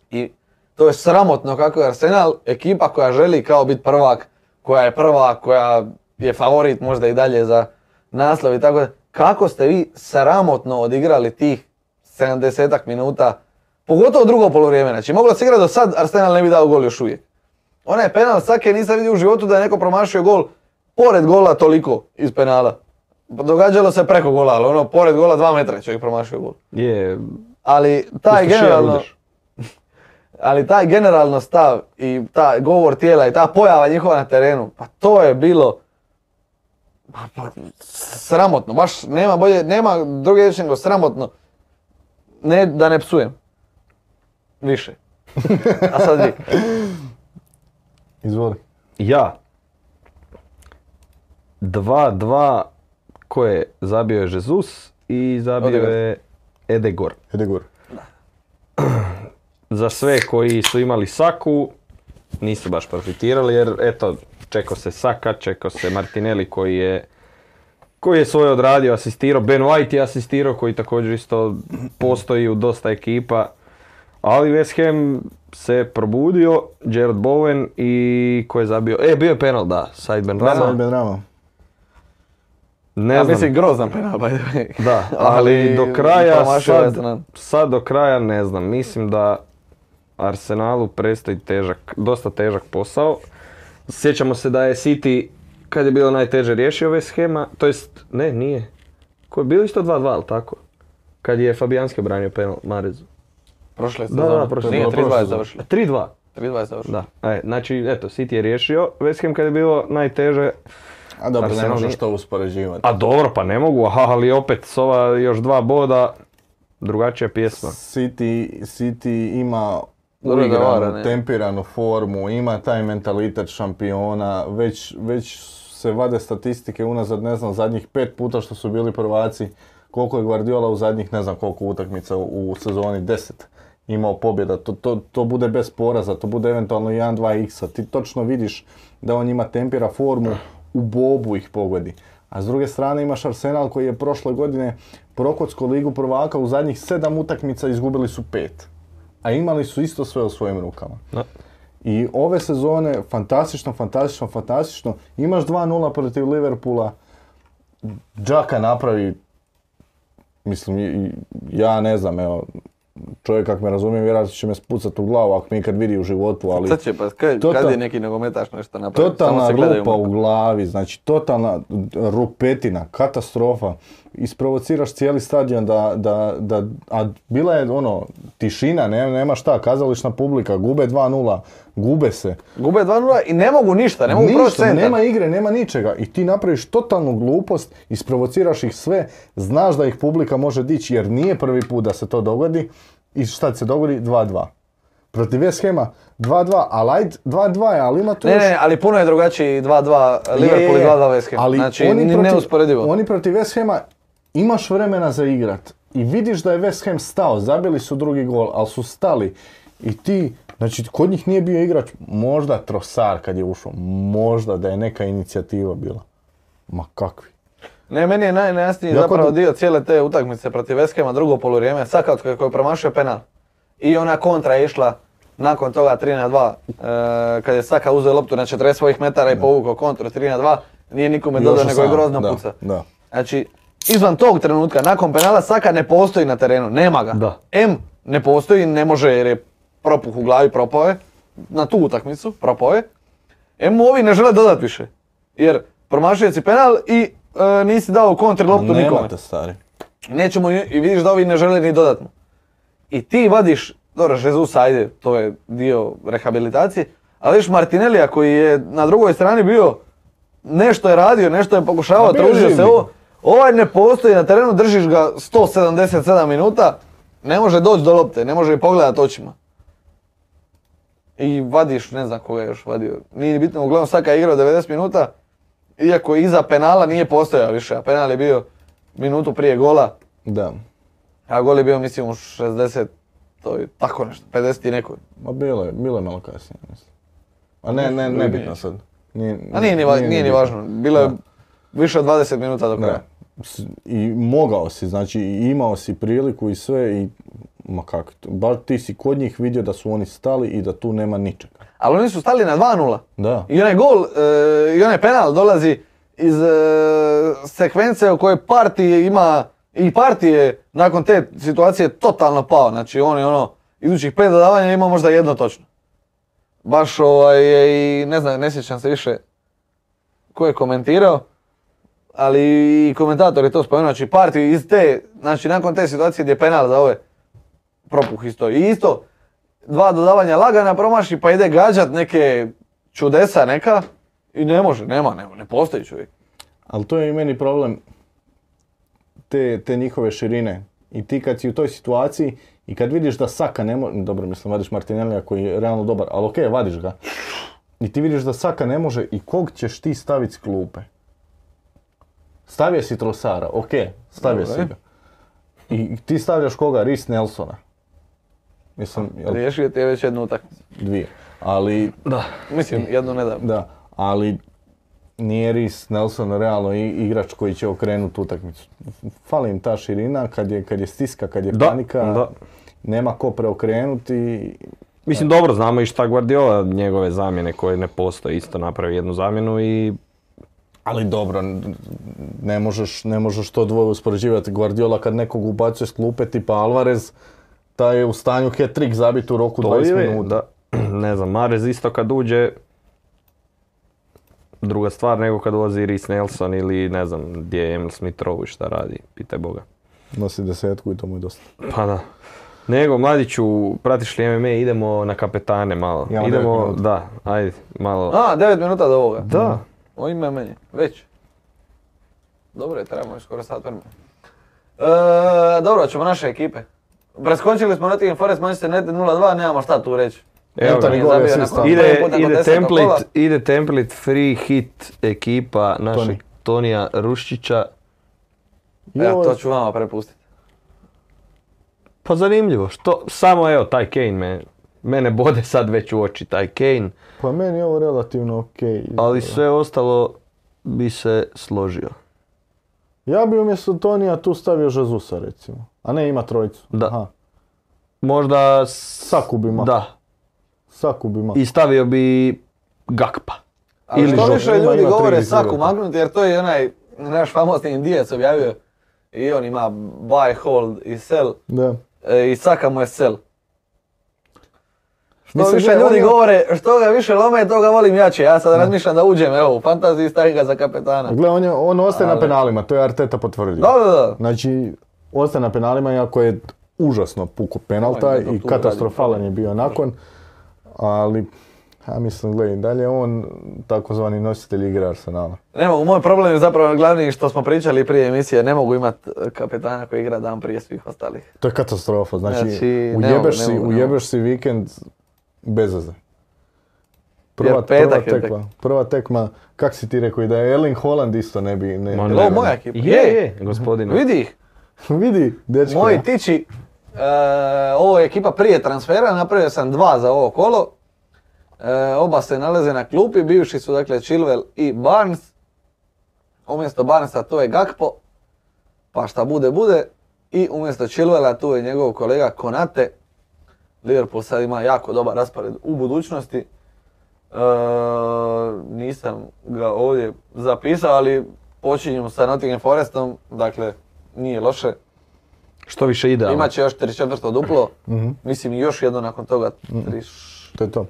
I to je sramotno kako je Arsenal ekipa koja želi kao biti prvak, koja je prva, koja je favorit možda i dalje za naslov i tako da. Kako ste vi sramotno odigrali tih 70 minuta, pogotovo drugo polovrijeme. Znači, moglo se igrati do sad, Arsenal ne bi dao gol još uvijek. Onaj penal Sake nisam vidio u životu da je neko promašio gol pored gola toliko iz penala. Događalo se preko gola, ali ono, pored gola dva metra je čovjek promašio gol.
Je,
Ali taj
Ustušija
generalno,
Rudeš.
ali taj generalno stav i ta govor tijela i ta pojava njihova na terenu, pa to je bilo ma, pa, sramotno, baš nema bolje, nema druge riječi nego sramotno. Ne, da ne psujem. Više. A sad vi.
izvoli.
Ja. 2-2 koje je zabio je Jesus i zabio
Odegaard.
je Edegor.
Edegor.
Za sve koji su imali Saku, nisu baš profitirali jer eto, čekao se Saka, čekao se Martinelli koji je koji je svoje odradio, asistirao, Ben White je asistirao koji također isto postoji u dosta ekipa. Ali West Ham se probudio, Jared Bowen i ko je zabio? E, bio je penal, da, Sideman
Rama.
Rama.
Benrama.
Ne
Ja
znam.
mislim grozan penal, by the way.
Da, ali do kraja,
promašio je
sad,
Arsenal.
sad do kraja ne znam. Mislim da Arsenalu predstoji težak, dosta težak posao. Sjećamo se da je City, kad je bilo najteže, riješio ove schema. To jest, ne, nije. Ko je bilo isto 2-2, ali tako? Kad je Fabijanski branio penal Marezu.
Prošle
Da, da,
sezone.
prošle
Nije,
sezone,
3-2
prošle
je
sezone.
završilo.
3-2,
3-2 je završilo.
da. E, znači, eto, City je riješio West Ham kad je bilo najteže.
A dobro, ne
Arsenal
možeš
nije-
to uspoređivati.
A dobro, pa ne mogu, aha, ali opet s ova još dva boda, drugačija pjesma.
City, City ima
Dobro je da vara,
uigranu,
ne.
tempiranu formu, ima taj mentalitet šampiona, već, već se vade statistike unazad, ne znam, zadnjih pet puta što su bili prvaci, koliko je Guardiola u zadnjih, ne znam koliko utakmica u, u sezoni, 10 imao pobjeda, to, to, to bude bez poraza, to bude eventualno 1-2 x ti točno vidiš da on njima tempira formu, u bobu ih pogodi. A s druge strane imaš Arsenal koji je prošle godine prokocko ligu prvaka u zadnjih sedam utakmica izgubili su pet. A imali su isto sve u svojim rukama.
Da.
I ove sezone, fantastično, fantastično, fantastično. Imaš 2-0 protiv Liverpoola. Džaka napravi, mislim, i- i- ja ne znam, evo, čovjek kak me razumije, vjerojatno će me spucat u glavu ako mi ikad vidi u životu, ali...
Sad će, pa kaj-
Total-
kad je neki nogometaš nešto napravio, samo
Totalna
se gledaju
rupa
mu.
u glavi, znači totalna rupetina, katastrofa. Isprovociraš cijeli stadion da, da, da, a bila je ono, tišina, ne- nema šta, kazališna publika, gube 2-0, gube se.
Gube 2-0 i ne mogu ništa, ne mogu
Ništa,
proći Pa centar.
nema igre, nema ničega i ti napraviš totalnu glupost, isprovociraš ih sve, znaš da ih publika može dići jer nije prvi put da se to dogodi i šta se dogodi? 2-2. Protiv West Hama 2-2, ali ajd, 2-2 je, ali ima tu
Ne,
još-
ne, ali puno je drugačiji 2-2 Liverpool i
je, je,
2-2 West Ham.
Ali
znači,
oni
ni-
protiv,
neusporedivo.
Oni protiv West Hama imaš vremena za igrat. I vidiš da je West Ham stao, zabili su drugi gol, ali su stali. I ti, znači kod njih nije bio igrač, možda Trosar kad je ušao, možda da je neka inicijativa bila. Ma kakvi.
Ne, meni je najnejasniji
Jako
zapravo
du-
dio cijele te utakmice protiv West Hama, drugo poluvrijeme, Sakatka koji je promašio penal. I ona kontra je išla nakon toga 3 na 2, e, kad je Saka uzeo loptu na 40 svojih metara i povukao kontru 3 na 2, nije nikome dodao
Došao
nego je
sam,
grozno
da,
puca.
da.
Znači, izvan tog trenutka, nakon penala Saka ne postoji na terenu, nema ga.
Da.
M ne postoji, ne može jer je propuh u glavi, propao je, na tu utakmicu, propao je. M mu ovi ne žele dodat više, jer promašio si penal i e, nisi dao kontri loptu nikome.
Nemate stari.
Nećemo i i vidiš da ovi ne žele ni dodatno. I ti vadiš, dobro, Jesus, ajde, to je dio rehabilitacije, ali viš Martinelija koji je na drugoj strani bio, nešto je radio, nešto je
A
pokušavao,
Pa bio je
tružio se
živnik.
ovo, ovaj ne postoji na terenu, držiš ga 177 minuta, ne može doći do lopte, ne može i pogledat očima. I vadiš, ne znam koga je još vadio, nije ni bitno, uglavnom Saka je igrao 90 minuta, iako iza penala nije postojao više, a penal je bio minutu prije gola,
Da.
a gol je bio mislim u 60, to je tako nešto, 50 i neko.
Ma bilo je, bilo je malo kasnije, mislim. A ne, ne, ne bitno sad. Nije,
A nije ni, va- nije ni
bitno.
važno, bilo je
Da.
više od 20 minuta do kraja.
Da. S- I mogao si, znači i imao si priliku i sve i ma kak, to- bar ti si kod njih vidio da su oni stali i da tu nema ničega.
Ali oni su stali na 2-0.
Da.
I onaj gol, e, i onaj penal dolazi iz e, sekvence u kojoj Parti ima, i Parti je nakon te situacije totalno pao. Znači on je ono, idućih pet dodavanja ima možda jedno točno. Baš ovaj, je i ne znam, ne sjećam se više ko je komentirao. Ali i komentator je to spomenuo, znači Parti iz te, znači nakon te situacije gdje je penal za ove propuh isto. I isto, dva dodavanja lagana promaši pa ide gađat neke čudesa neka i ne može, nema, nema, ne postoji čovjek.
Ali to je i meni problem te, te njihove širine. I ti kad si u toj situaciji i kad vidiš da Saka ne može, dobro mislim vadiš Martinellija koji je realno dobar, ali okej, vadiš ga. I ti vidiš da Saka ne može i kog ćeš ti staviti s klupe? Stavio si Trosara, okej, stavio si
Dobro.
ga. I ti stavljaš koga? Ris Nelsona. Mislim, jel,
Riješio ti je već jednu utakmicu.
dvije. Ali
Mislim, jednu nedavno.
da, ali nije Ris Nelson realno i- igrač koji će okrenuti utakmicu. Fali im ta širina kad je, kad je stiska, kad je
Da,
panika.
da.
Nema ko preokrenuti.
Mislim, dobro, znamo i šta Guardiola njegove zamjene koje ne postoje, isto napravi jednu zamjenu i
Ali dobro, n- ne možeš, ne možeš to dvoje uspoređivati. Guardiola kad nekog ubacuje s klupe tipa Alvarez, taj je u stanju hat-trick zabiti u roku
to
20
Pa je,
minuta.
da, ne znam, Marez isto kad uđe, druga stvar nego kad ulazi Reece Nelson ili ne znam gdje je Emil Smith Rowe i šta radi, pitaj Boga.
Nosi desetku i to mu je dosta.
Pa da. Nego, mladiću, pratiš li MMA, idemo na kapetane malo.
Imamo devet
idemo,
minuta.
da, ajde, malo.
A, 9 minuta do ovoga.
Da.
O ime meni, već. Dobro je, trebamo još skoro sat vremena. E, dobro, ćemo naše ekipe. Preskočili smo Nottingham Forest Manchester United 0-2, nemamo šta tu reći.
Evo ga.
Nije
Gol je
zabio
asist,
nakon
ali-
prvi
Ide,
put nakon
ide,
10 kola.
template, ide template free hit ekipa našeg
Toni.
Tonija Ruščića. E,
Evo, to ću vama prepustiti.
Pa zanimljivo, što, samo evo, taj Kane me, mene bode sad već u oči, taj Kane,
Pa meni je ovo relativno okej.
ali sve ostalo bi se složio.
Ja bi umjesto Tonija tu stavio Žezusa recimo. A ne ima trojicu.
Da.
Aha.
Možda...
Sa Kubima.
Da.
Sa Kubima.
I stavio bi Gakpa.
Ali
Ili
što
Žoku.
više
Ima-
ljudi
ima tri
govore
iz Europe.
saku magnuti jer to je onaj naš famozni indijac objavio i on ima buy, hold i sell
Da.
e, i saka mu je sell. Što
Mislim,
više
gle,
ljudi
on je-
govore, što ga više lome, to ga volim jače. Ja sad razmišljam da uđem, evo, u fantaziji stavim ga za kapetana.
Gle, on, je, on ostaje na
Ali-
penalima, to je Arteta potvrdio.
Da, da, da.
Znači, ostaje na penalima iako je užasno puko penalta
Ovaj, da,
i
tu
katastrofalan je bio nakon. Ali, ja mislim, gledaj, dalje je on takozvani nositelj igre Arsenala.
Ne mogu, moj problem je zapravo glavni što smo pričali prije emisije, ne mogu imat e, kapetana koji igra dan prije svih ostalih.
To je katastrofa, znači,
Znači, ne mogu, ne
ujebeš, si,
mogu, ne
ujebeš
mogu.
si vikend bez veze.
Jer
Prva,
petak
prva
je tek.
tekma, prva tekma, kak si ti rekao i da je Erling Haaland isto ne bi... Ne,
Ma
Jel'
ne,
ovo
ne.
moja ekipa? Mhm.
Je, je, gospodine.
Vidi ih,
Vidi, dečko.
moji tiči, e, ovo je ekipa prije transfera, napravio sam dva za ovo kolo. E, oba se nalaze na klupi, bivši su dakle Chilwell i Barnes. Umjesto Barnesa to je Gakpo, pa šta bude, bude. I umjesto Chilwella tu je njegov kolega Konate. Liverpool sad ima jako dobar raspored u budućnosti. E, nisam ga ovdje zapisao, ali počinju sa Nottingham Forestom, dakle nije loše.
Što više ide, ali-
Imat će još 34. duplo,
Mhm.
mislim i još jedno nakon toga, tri š-
To je to.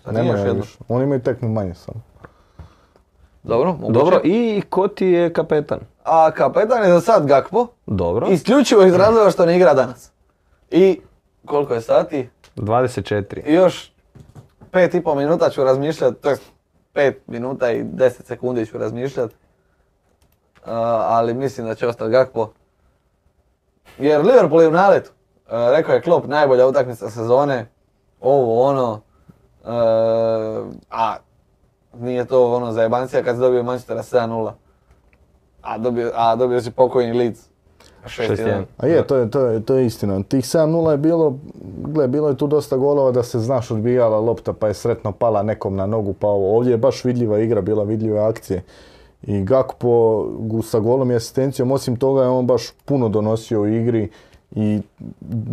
Šta
Nema
nije još
još
jedno?
više. Oni imaju tekmu manje samo.
Dobro, moguće.
Dobro, i ko ti je kapetan?
A kapetan je za sad Gakpo,
Dobro.
isključivo iz razloga što ne igra danas. I koliko je sati?
24.
I još pet i pol minuta ću razmišljati, to jest pet minuta i 10 sekundi ću razmišljati. ali mislim da će ostati Gakpo. Jer Liverpool je u naletu. E, rekao je Klopp, najbolja utakmica sezone. Ovo, ono. E, a nije to ono za jebancija kad si dobio Manchestera 7-0. A dobio, a dobio si pokojni Leeds. 6-1.
6-1.
A je, to je, to je, to je istina. Tih 7-0 je bilo, gle, bilo je tu dosta golova da se, znaš, odbijala lopta pa je sretno pala nekom na nogu, pa ovo. Ovdje je baš vidljiva igra, bila vidljive akcije. I Gakpo gu- sa golom i asistencijom, osim toga je on baš puno donosio u igri i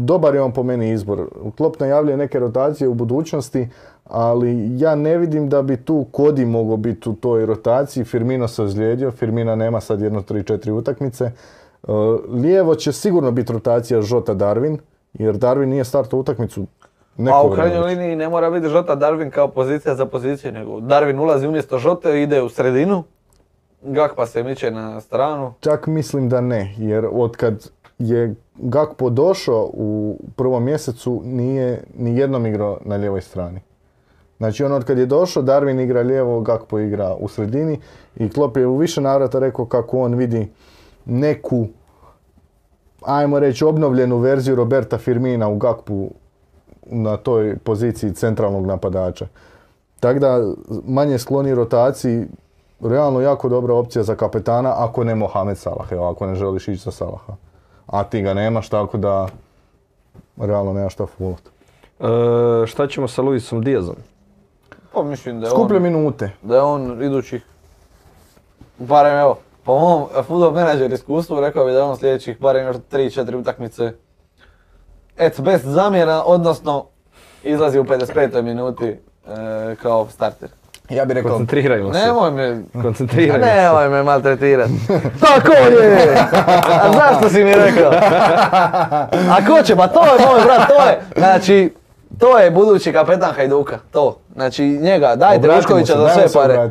dobar je on po meni izbor. Klopp najavljuje neke rotacije u budućnosti, ali ja ne vidim da bi tu Kodi mogao biti u toj rotaciji. Firmino se ozlijedio, Firmina nema sad jedno, tri, četiri utakmice. E, Lijevo će sigurno biti rotacija Žota Darwin, jer Darwin nije startao utakmicu neko
A u
vrijeme
krajnjoj
već.
liniji ne mora biti Žota Darwin kao pozicija za poziciju, nego Darwin ulazi umjesto Žote, ide u sredinu, Gakpa se miče na stranu.
Čak mislim da ne, jer otkad je Gakpo došao u prvom mjesecu nije ni jednom igrao na lijevoj strani. Znači on otkad je došao, Darwin igra lijevo, Gakpo igra u sredini i Klopp je u više navrata rekao kako on vidi neku, ajmo reći, obnovljenu verziju Roberta Firmina u Gakpu na toj poziciji centralnog napadača. Tako da manje skloni rotaciji, realno jako dobra opcija za kapetana ako ne Mohamed Salah, evo, ako ne želiš ići za Salaha. A ti ga nemaš, tako da realno nema šta fulat.
E, šta ćemo sa Luisom Diazom?
Pa mislim da je
Skuplje
on,
minute.
da je on idućih, barem evo, po mom football manager iskustvu rekao bi da je on sljedećih barem još 3-4 utakmice at best zamjena, odnosno izlazi u 55. minuti e, kao starter.
Ja bih rekao,
Koncentrirajmo se.
Nemoj me,
Koncentrirajmo se.
nemoj ovaj me maltretirat. Tako je! A zašto si mi rekao? A ko će, pa to je moj brat, to je, znači, to je budući kapetan Hajduka, to. Znači njega, dajte Vuškovića za sve pare.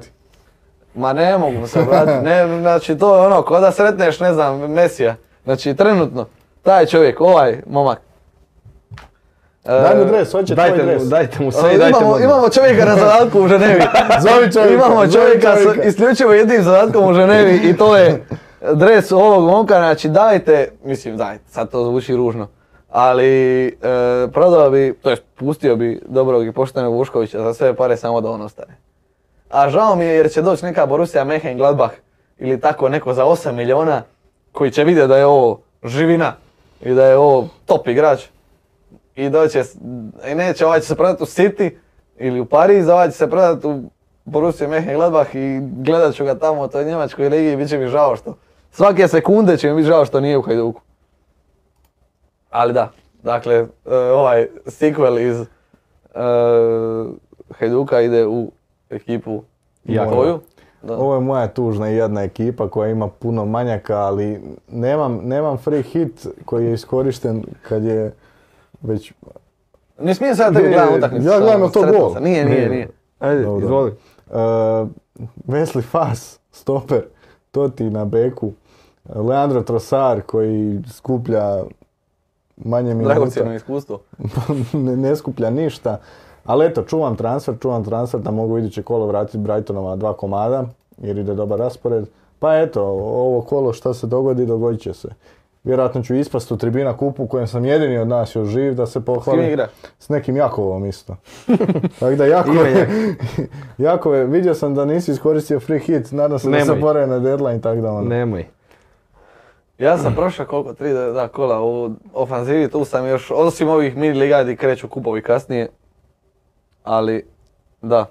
Ma ne mogu se obratiti, ne, znači to je ono, ko da sretneš, ne znam, Mesija. Znači trenutno, taj čovjek, ovaj momak. E,
Daj mu dres, hoće tvoj
Dajte
dres.
mu, dajte mu sve
ali
i dajte mu.
imamo,
odmah.
imamo čovjeka na zadatku u Ženevi.
Zovi čovjeka,
Imamo
zovi
čovjeka sa
čovjeka.
isključivo jednim zadatkom u Ženevi i to je dres ovog momka, znači dajte, mislim dajte, sad to zvuči ružno, ali e, prodao bi, to pustio bi dobrog i poštenog Vuškovića za sve pare samo da on ostane. A žao mi je jer će doći neka Borussia Mönchengladbach ili tako neko za 8 miliona koji će vidjeti da je ovo živina i da je ovo top igrač i doće, i neće, ovaj će se prodati u City ili u Pariz, a ovaj će se prodati u Borussia Mönchengladbach i gledat ću ga tamo u toj Njemačkoj ligi i bit će mi žao što Svake sekunde će mi biti žao što nije u Hajduku. Ali da, dakle, e, ovaj sequel iz e, Hajduka ide u ekipu
Ja.
tvoju. Da.
Ovo je moja tužna i jadna ekipa koja ima puno manjaka, ali nemam, nemam free hit koji je iskorišten kad je već...
Ne smijem sad da tebi
Ne,
gledam utakmicu.
ja gledam
samo,
na to
sretan
gol.
sam. Nije, nije,
Nije.
nije.
Ajde,
Dobro.
izvoli.
E, Wesley Fas, stoper, to ti na beku. Leandro Trosar koji skuplja manje minuta.
Dragocjeno iskustvo.
ne, ne skuplja ništa. Ali eto, čuvam transfer, čuvam transfer da mogu iduće kolo vratiti Brightonova dva komada, jer ide dobar raspored. Pa eto, ovo kolo šta se dogodi, dogodit će se. Vjerojatno ću ispast u tribina kupu u kojem sam jedini od nas još živ da se pohvalim.
kim igraš?
S nekim Jakovom isto. Tako da Jakove, Jakove, vidio sam da nisi iskoristio free hit, nadam se da
Nemoj.
se bore na deadline, tako da ono.
Nemoj.
Ja sam prošao koliko, tri da, da, kola u ofanzivi, tu sam još, osim ovih mini liga gdje kreću kupovi kasnije. Ali, da.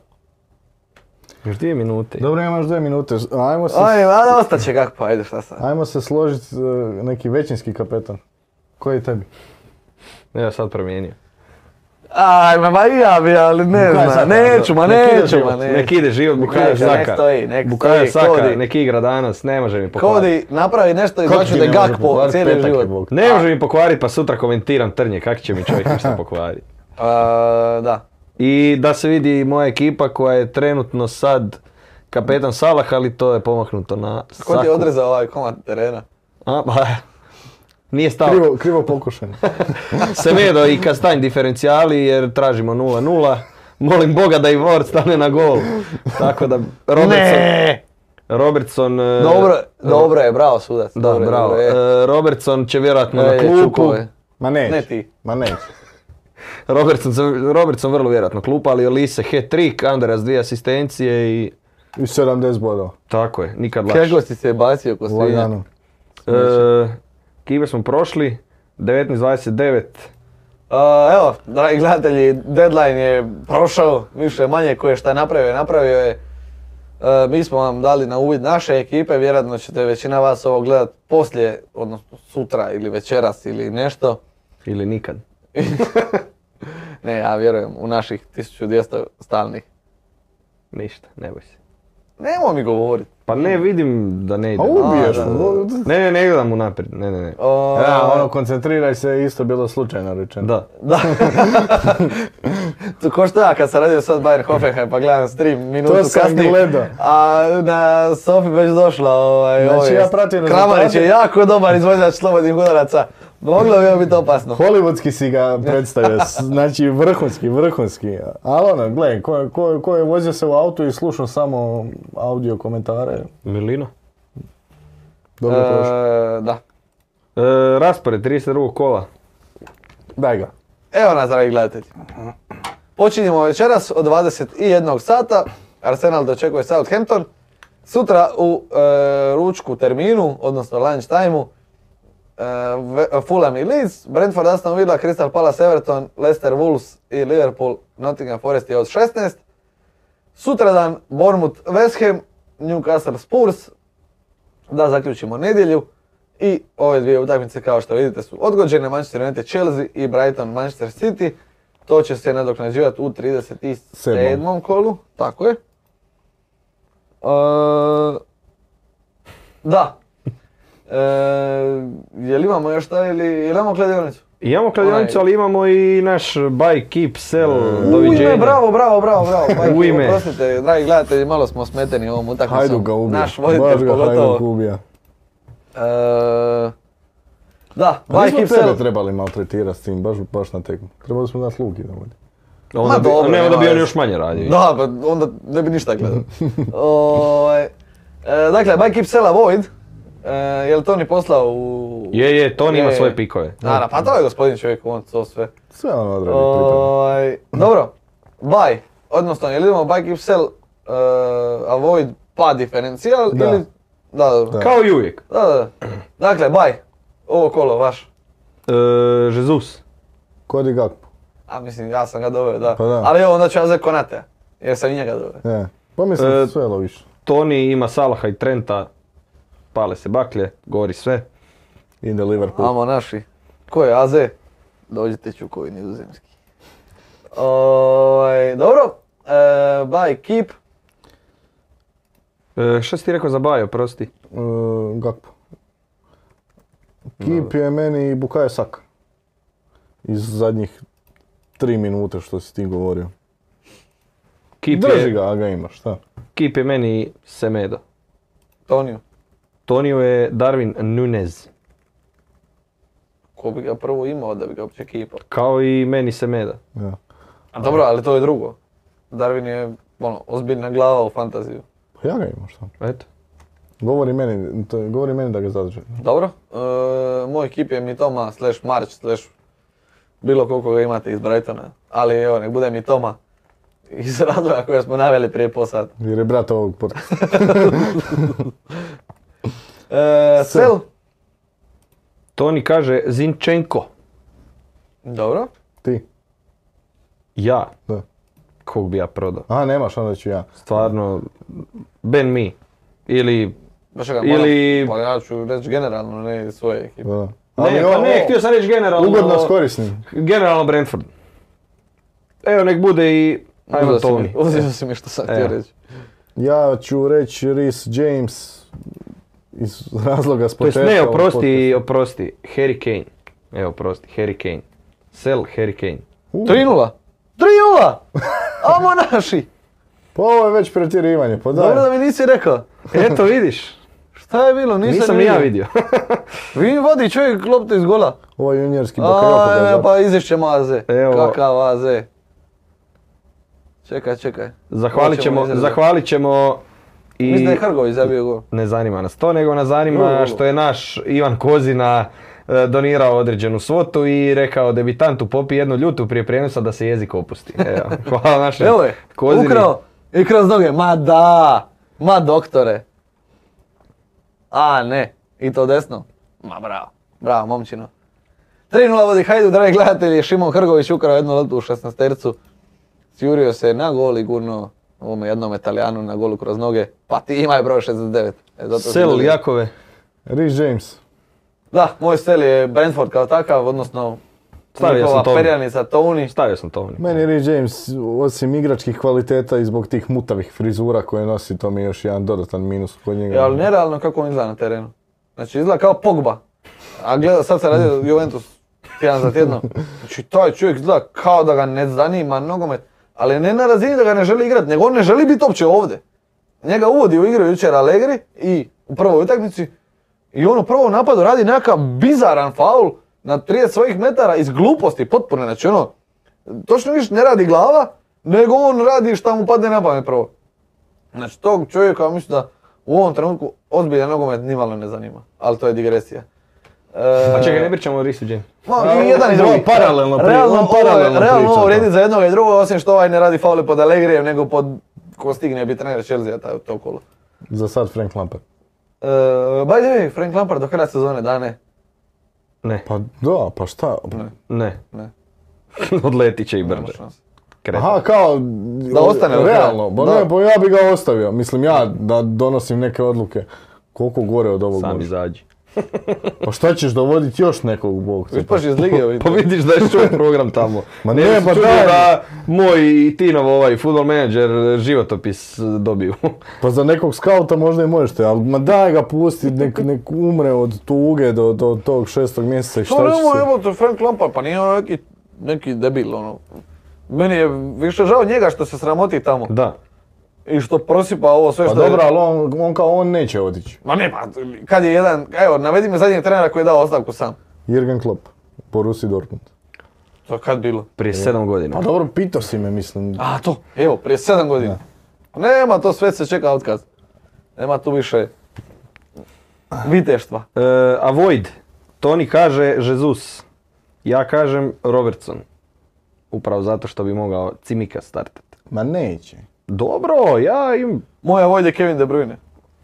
Još dvije minute.
Dobro, imaš dvije minute, ajmo se,
Ajde, ali ostaće kak pa, ajde šta sad.
ajmo se složiti e, neki većinski kapetan. Koji je tebi?
Ne, ja sad promijenio.
Ajme, ma i ja bi, ali ne
Bukayo
znam,
Saka,
neću, ma
Nek ide
neću,
život,
ma neću.
Nek ide život, Bukaja
Pa Nek stoji, nek
Saka.
stoji, nek
Bukaja
stoji,
Saka,
Kodi.
nek igra danas, ne može mi pokvariti.
Kodi, napravi nešto i
Kako
znači
ti
da
ne
gak
može
po
pokvarit?
cijeli
Petak je
život.
Bog.
Ne može mi pokvariti, pa sutra komentiram trnje, kak će mi čovjek ništa pokvariti.
A, da.
I da se vidi i moja ekipa koja je trenutno sad kapetan Salah, ali to je pomaknuto na
Ko ti
Saku.
je odrezao ovaj komad terena?
A, pa, nije stao.
Krivo, krivo pokušan.
Semedo i Kastanj diferencijali jer tražimo 0-0. Molim Boga da i Ward stane na gol. Tako da Robertson... Robertson... e,
Dobro, dobro je, bravo sudac.
Da,
dobro je,
bravo.
dobro je.
E, Robertson će vjerojatno
E,
na klupu.
Čukove.
Ma neće.
Ne ti.
Ma neće.
Robertson, za- Robertson vrlo vjerojatno klupa, ali Olise hat-trick, Andreas dvije asistencije i...
I 70 bodova.
Tako je, nikad lakše.
Kako si se bacio ko svinja?
Lagano.
E, Kive smo prošli, 19-29.
A, evo, dragi gledatelji, deadline je prošao, više manje koje šta je napravio, napravio je. E, mi smo vam dali na uvid naše ekipe, vjerojatno ćete većina vas ovo gledat poslije, odnosno sutra ili večeras ili nešto.
Ili nikad.
Ne, ja vjerujem u naših 1200 stalnih.
Ništa, ne boj se.
Nemoj mi govorit.
Pa ne, vidim da ne ide.
A Pa ubiješ
A, da,
mu.
Ne, ne, ne gledam unaprijed, ne, ne, ne.
O,
Ja, ono, koncentriraj se, isto bilo slučajno rečeno.
Da.
Da. to ko što ja kad sam radio sad Bayern Hoffenheim pa gledam stream minutu
sam
kasnije.
gledao.
A na Sofi već došla ovaj,
Znači,
ovaj,
ja pratim
Kramarić je
rezultate.
jako dobar izvođač slobodnih udaraca. Moglo bi ovo biti opasno.
Hollywoodski si ga predstavio, s- znači vrhunski, vrhunski. Ali ono, gledaj, ko, ko, ko je vozio se u autu i slušao samo audio komentare,
Milino.
dobro prošlo.
E, da.
E, raspored 32. kola.
Daj ga.
Evo nas, dragi gledatelji. Počinjemo večeras od 21 sata. Arsenal dočekuje Southampton. Sutra u e, ručku terminu, odnosno lunch time-u, e, Ve- Fulham i Leeds, Brentford, Aston Villa, Crystal Palace, Everton, Leicester, Wolves i Liverpool, Nottingham Forest je od 16. Sutradan Bournemouth, West Ham, Newcastle, Spurs, da zaključimo nedjelju. I ove dvije utakmice kao što vidite su odgođene, Manchester United Chelsea i Brighton Manchester City. To će se nadoknađivati u 37.
Sedmom.
kolu, tako je. E, da. E, jel imamo još šta ili jel imamo kladionicu?
Imamo kladionicu,
Onaj-
ali imamo i naš buy, keep, sell,
U
doviđenja.
ime, bravo, bravo, bravo, bravo. Pa,
U ime.
Oprostite, dragi gledatelji, malo smo smeteni ovom utakmicom.
Hajdu ga ubija.
Naš
Baš
voditelj
ga Hajduk
pogotovo.
ubija.
E, da,
Pa
Bajk
nismo
i
tebe
Psel.
trebali maltretirati s tim, baš, baš na tekmu. Trebali smo dati Luki da vodi.
Onda
Ma
bi,
dobro,
ne, onda
nema
bi on
veze.
još manje radio.
Da, pa onda ne bi ništa gledao. Ovaj, e, dakle, Bajk i Psela Void. E, je li Toni poslao u...
Je, je, Toni ima
Je, je.
svoje pikove.
Naravno, pa to je gospodin čovjek, on to sve.
Sve ono odradi priprema.
Ovaj, dobro, buy, odnosno jel idemo buy keep sell, eh, avoid pa diferencijal
Da.
ili... Da, dobro.
Da.
Kao i uvijek.
Da, da, da. Dakle, buy, ovo kolo vaš.
E, Žezus.
Kodi Gakpo.
A mislim, ja sam ga doveo, da.
Pa da.
Ali evo, onda ću ja uzeti Konatea, jer sam i njega doveo.
Je. E, Pa mislim,
E,
sve loviš.
Toni ima Salaha i Trenta. pale se baklje, gori sve. Ide Liverpool.
Amo naši. Ko je AZ? Dođite ću koji nizozemski. Ovaj, dobro, e, by keep.
E, šta si ti rekao za Bajo, prosti?
Uh, Gakpo. Kip je meni Bukayo Saka. Iz zadnjih tri minute što si ti govorio.
Kip
Drži
je,
ga, a ga ima, šta?
Kip je meni Semedo.
Tonio.
Tonio je Darwin Nunez.
Ko bi ga prvo imao da bi ga uopće kipao?
Kao i meni Semedo.
Ja.
Dobro, ali to je drugo. Darwin je ono, ozbiljna glava u fantaziju.
Pa ja ga imam, šta?
Eto.
Govori meni, to, govori meni da ga zadrži.
Dobro, e, moj ekip je Mitoma slash March slash bilo koliko ga imate iz Brightona. Ali evo, nek bude Mitoma iz razloga koje smo naveli prije po sat.
Jer je brat ovog podcasta.
E, Sel.
Toni kaže Zinčenko.
Dobro.
Ti,
Ja.
da.
Kog bi ja prodao?
Aha, nemaš, onda ću ja.
Stvarno, Ben Mi. Ili...
Baš ga
Ili-
moram, pa ja ću reći generalno, ne iz svoje ekipe.
Da.
ne,
ovo-
pa ne, htio sam ono- reći generalno...
Ugodno s korisnim.
Generalno Brentford. Evo, nek bude i... Ajmo
Uzeo si
Toni.
mi- Uzeo si mi što sam htio
Evo.
reći.
Ja ću reći Rhys James iz razloga s
To jest
početka.
ne,
ovog
oprosti, oprosti. Harry Kane. Evo, oprosti, Harry Kane. Sell Harry Kane.
3-0. 3-0! Amo naši!
Pa ovo je već pretjerivanje, pa
Dobro da
daj.
mi nisi rekao.
Eto, vidiš.
Šta je bilo? Nisam,
Nisam ni ja vidio.
Vi vodi čovjek loptu iz gola.
Ovo je juniorski
A,
bakajoko.
pa izvješćemo AZ.
Evo.
Kakav AZ. Čekaj, čekaj.
Zahvalit ćemo,
Hoćemo
zahvalit ćemo i...
Mislim da je Hrgović zabio gol.
Ne zanima nas to, nego nas zanima
Drugo.
što je naš Ivan Kozina e, donirao određenu svotu i rekao debitantu popi jednu ljutu prije prijenosa da se jezik opusti. Evo, hvala našem
Evo je,
E, Kozini.
ukrao i kroz noge. Ma da, ma doktore. A ne, i to desno. Ma bravo, bravo momčino. 3-0 vodi Hajdu, dragi gledatelji, Šimon Hrgović ukrao jednu loptu u 16 tercu. Sjurio se na gol i gurno ovome jednom italijanu na golu kroz noge. Pa ti imaj broj 69. E, zato sam
Sel
dobio.
Jakove.
Rhys James.
Da, moj stel je Brentford kao takav, odnosno
Stavio sam
njihova
Toni.
perjanica Toni.
Stavio sam to ovdje.
Meni je Rhys James, osim igračkih kvaliteta i zbog tih mutavih frizura koje nosi, to mi je još jedan dodatan minus kod njega.
Ja, ali nerealno kako on izgleda na terenu. Znači izgleda kao Pogba. A gleda, sad se radio Juventus tjedan za tjedno. Znači taj čovjek izgleda kao da ga ne zanima nogomet. Ali ne na razini da ga ne želi igrati, nego on ne želi biti uopće ovdje. Njega uvodi u igru jučer Allegri i u prvoj utakmici i on u prvom napadu radi nekakav bizaran faul na 30 svojih metara iz gluposti potpune. Znači ono, točno ništa ne radi glava, nego on radi šta mu padne na pamet prvo. Znači tog čovjeka mislim da u ovom trenutku ozbiljan nogomet nimalo ne zanima, ali to je digresija. E,
A
Pa
čekaj, ne pričamo o Risu Jamesu.
Ma, i jedan i
Ovo
drugi.
je paralelno pri-
realno,
ovo je
ovo je-
paralelno
realno
priča,
ovo
da.
vrijedi za jednoga i drugoga, osim što ovaj ne radi faule pod Allegrijem, nego pod ko stigne bi trener Chelsea taj to kolo.
Za sad Frank Lampard.
E, by the way, Frank Lampard do kraja sezone, da ne.
Ne,
Pa da, pa šta?
ne.
Ne.
Odletit će i
nema
brže.
šanse.
Kretan.
Aha, kao...
Da ostane do kraja.
Realno, pa
Da.
ne, pa ja bi ga ostavio. Mislim, ja da donosim neke odluke. Koliko gore od ovog
Sam
može?
izađi.
Pa šta ćeš dovoditi još nekog Bog te
Ispaš
pita.
iz lige, ovi.
Pa vidiš da je čuo program tamo.
Ma
Ne,
ne,
ja sam
pa
čuo
daj.
da moj i Tinov ovaj futbol menadžer životopis eh, dobio.
Pa za nekog skauta možda i možete, ali ma daj ga pusti, nek, nek umre od tuge do, do tog šestog mjeseca i šta
To
će
nemoj
se...
jebote, Frank Lampard, pa nije on neki, neki debil, ono. Meni je više žao njega što se sramoti tamo
Da.
i što prosipa ovo sve
Pa
što
dobro,
je...
ali on, on kao on neće otići.
Ma ne, pa, kad je jedan, evo, navedi mi zadnjeg trenera koji je dao ostavku sam.
Jurgen Klopp, Borussia Dortmund.
To je kad bilo?
Prije sedam godina.
Pa dobro, pitao si me, mislim.
A to, evo, prije sedam godina. Nema to, sve se čeka otkaz. Nema tu više viteštva.
Eh, avoid. Toni kaže Jesus. Ja kažem Robertson. Upravo zato što bi mogao Cimika startati.
Ma neće.
Dobro, ja im...
Moja vojde je Kevin De Bruyne.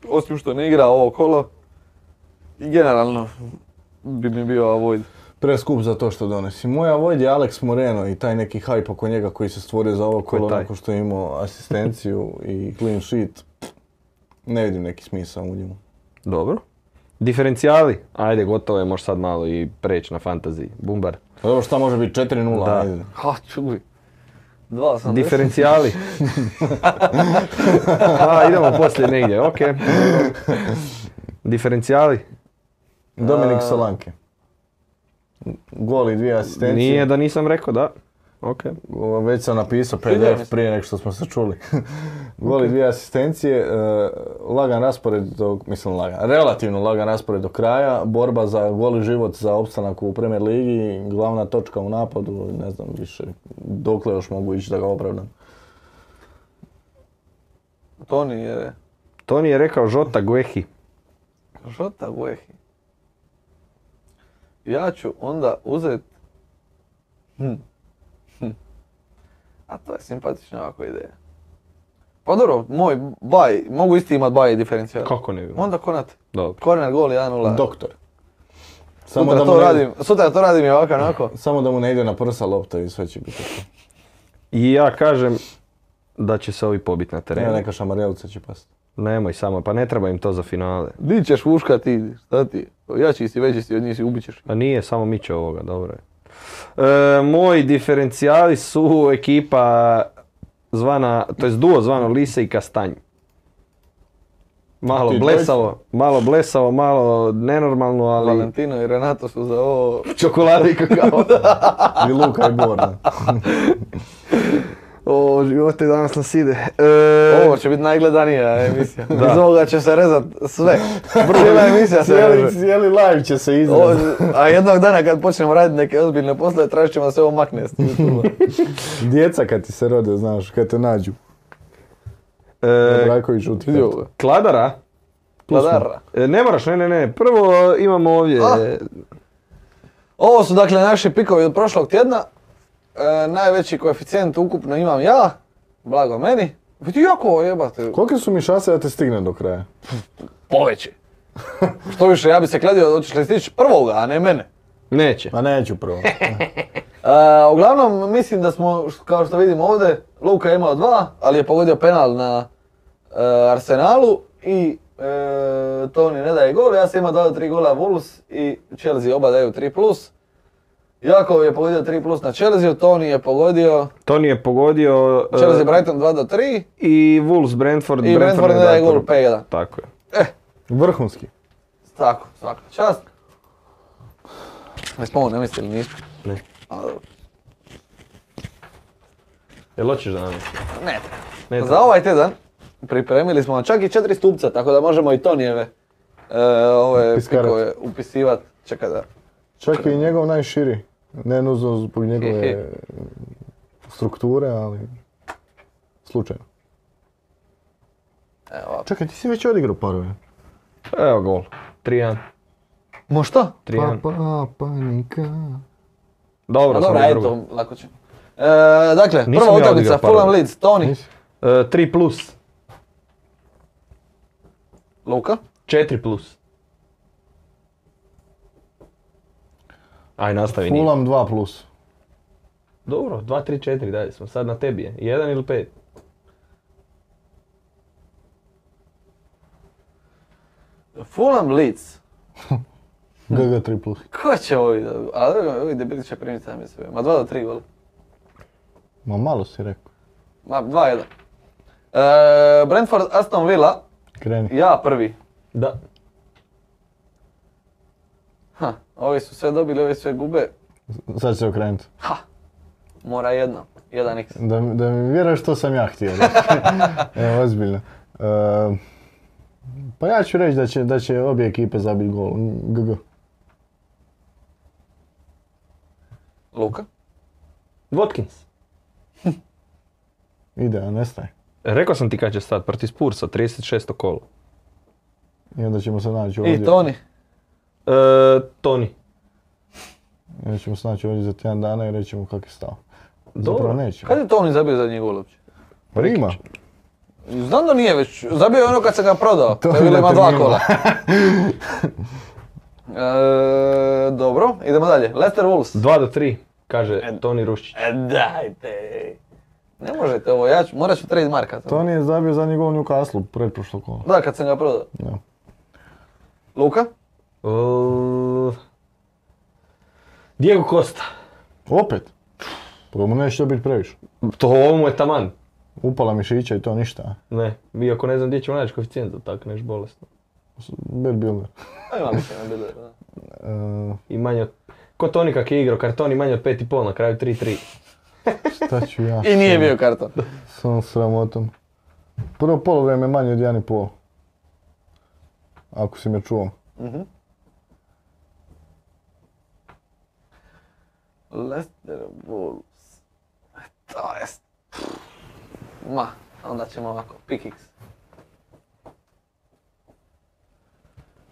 Osim što ne igra ovo kolo, i generalno bi mi bio avoid.
Preskup za to što donosi. Moja vojd je Alex Moreno i taj neki hype oko njega koji se stvorio za ovo kolo
taj?
nakon što je imao asistenciju i clean sheet. Ne vidim neki smisao u njemu.
Dobro. Diferencijali, ajde gotovo je, možeš sad malo i preći na fantaziji. Bumbar.
Pa Dobro, šta može biti 4-0?
Da.
ajde.
Ha, čuj. Dva sam
Diferencijali. A, idemo poslije negdje, ok. Diferencijali.
Dominik Solanke. Gol i dvije asistencije.
Nije da nisam rekao, da. Ok.
O, Već sam napisao
Sviđa mi
PDF
se.
prije nego što smo se čuli. Gol i dvije asistencije, e, lagan raspored do, mislim lagan, relativno lagan raspored do kraja, borba za goli život za opstanak u Premier ligi, glavna točka u napadu, ne znam više dokle još mogu ići da ga opravdam.
Toni je...
Toni je rekao Žota Guehi.
Žota Guehi. Ja ću onda uzet... Hm. Hm. A to je simpatična ovako ideja. Pa dobro, moj baj, mogu isti imat baj i diferencijal.
Kako ne bi?
Onda konat.
Dobro.
Corner gol 1-0.
Doktor. Samo
Sutra
da, mu
to
ne-
radim, sutra to radim i ovako onako.
samo da mu ne ide na prsa lopta i sve će biti. ok.
I ja kažem da će se ovi pobiti na
Ne,
terenu.
neka šamarelica će pasti.
Nemoj samo, pa ne treba im to za finale.
Di ćeš vuška ti, šta ti? Jači si, veći si od njih si, ubit ćeš.
Pa nije, samo miče ovoga, dobro je. E, moji diferencijali su ekipa zvana, to jest duo zvano Lise i Kastanj. Malo
Ti
blesavo, malo blesavo, malo nenormalno, ali...
Valentino i Renato su za ovo...
Čokolade i kakao.
I Luka i Borna.
o, živote danas nas ide. E,
Ovo će biti najgledanija emisija.
Da.
Iz ovoga će se rezat sve. Cijela emisija se
cijeli,
reže.
cijeli live će se
Ovo-
izrezati.
a jednog dana kad počnemo raditi neke ozbiljne posle, tražit ćemo da se ovo makne s YouTube-a.
Djeca kad ti se rode, znaš, kad te nađu.
e,
Braković u
Vidi ovo.
Kladara?
Kladara.
E, ne moraš, ne, ne, ne. Prvo imamo ovdje...
A. Ovo su dakle naši pikovi od prošlog tjedna. E, najveći koeficijent ukupno imam ja, blago meni. Vidi jako ovo jebate.
Kolike su mi šanse da te stignem do kraja?
Poveći. Što više, ja bi se kladio da hoćeš li stići prvoga, a ne mene.
Neće.
Ma neću prvo.
E, uglavnom, mislim da smo, š- kao što vidimo ovdje, Luka je imao dva, ali je pogodio penal na e, Arsenalu i e, Toni ne daje gol. Ja sam imao dao tri gola Wolves i Chelsea oba daju tri plus. Jakov je pogodio 3 plus na Chelsea, Toni je pogodio
Toni je pogodio... e,
Chelsea Brighton 2 do 3
I Wolves, Brentford.
i Brentford ne
je
daje
dao
gol
prvi.
5-1.
Tako je.
Vrhunski.
Tako, svaka čast. Jesmo ovo ne mislili, nismo.
Ne.
A, dobro.
Jel hoćeš da nam?
Ne treba.
Ne
Za ovaj tjedan pripremili smo vam čak i četiri stupca, tako da možemo i Tonijeve e, ove
Piskarat.
pikove upisivati. Čekaj da.
Čak i njegov najširi. Ne nužno zbog
He,
njegove
he.
strukture, ali slučajno.
Evo. ovako.
Čekaj, ti si već odigrao parove.
Pa Evo gol. 3-1.
Mo šta?
3-1.
pa, panika.
A
Dobro,
Pa dobro,
samo
ajde
drugo.
to, lako ćemo. E, dakle,
Nisam ja
prva
odigrao
utakmica,
parove.
Fulham Leeds, Toni,
Nisi?
E, 3 plus.
Luka.
4 plus. Aj, nastavi nije.
Fulham 2 plus.
Dobro, 2, 3, 4, dalje smo. Sad na tebi je. 1 ili 5?
Fulham Leeds.
GG 3 plus.
Ko će ovi, da- a drugo, ovi debili će primiti sami sebe. Ma dva do tri gola.
Ma malo si rekao.
Ma dva jedan. E, Brentford, Aston Villa,
Kreni.
ja prvi.
Da.
Ha, ovi su sve dobili, ovi sve gube.
Sad će se okrenuti.
Ha, mora jedna, jedan x.
Da, mi- da mi vjeruješ što sam ja htio reći. Evo, ozbiljno. E, pa ja ću reći da će, da će obje ekipe zabiti gol. GG.
Luka.
Watkins.
Ide, a nestaje.
Rekao sam ti kad će stat, protiv Spursa, 36. kolo.
I onda ćemo se naći ovdje.
I Toni.
E, Toni.
I onda ćemo se naći ovdje za tjedan dana i rećemo kak je stav. Zapravo
Dobro.
nećemo.
Kad je Toni zabio zadnji gol uopće?
Pa ima.
Znam da nije već, zabio je ono kad sam ga prodao, to je bilo
na
ima dva
terminu.
kola. E, dobro, idemo dalje. Leicester Wolves.
2 do 3, kaže Toni Ruščić.
E, dajte. Ne možete ovo, ja ću, morat ću trade marka. To.
Toni je zabio zadnji gol u Newcastle pred prošlo kolo.
Da, kad sam ga prodao.
Da.
Luka?
L- Diego Costa.
Opet? Pa mu neće to biti previše.
To ovo mu je taman.
Upala mišića i to ništa. a?
Ne, iako ne znam gdje ćemo naći koeficijent za tako nešto bolesno.
Bad E, builder.
A ima mislim na Bilder, da.
E,
I manje od... Ko Toni kak je igrao, kartoni manje od 5,5, na kraju 3-3.
šta ću ja?
I nije bio karton.
S ovom sramotom. Prvo polovrijeme manje od 1,5. Ako si me čuo.
Leicester Wolves. E, To jest. Ma, onda ćemo ovako, Pickix.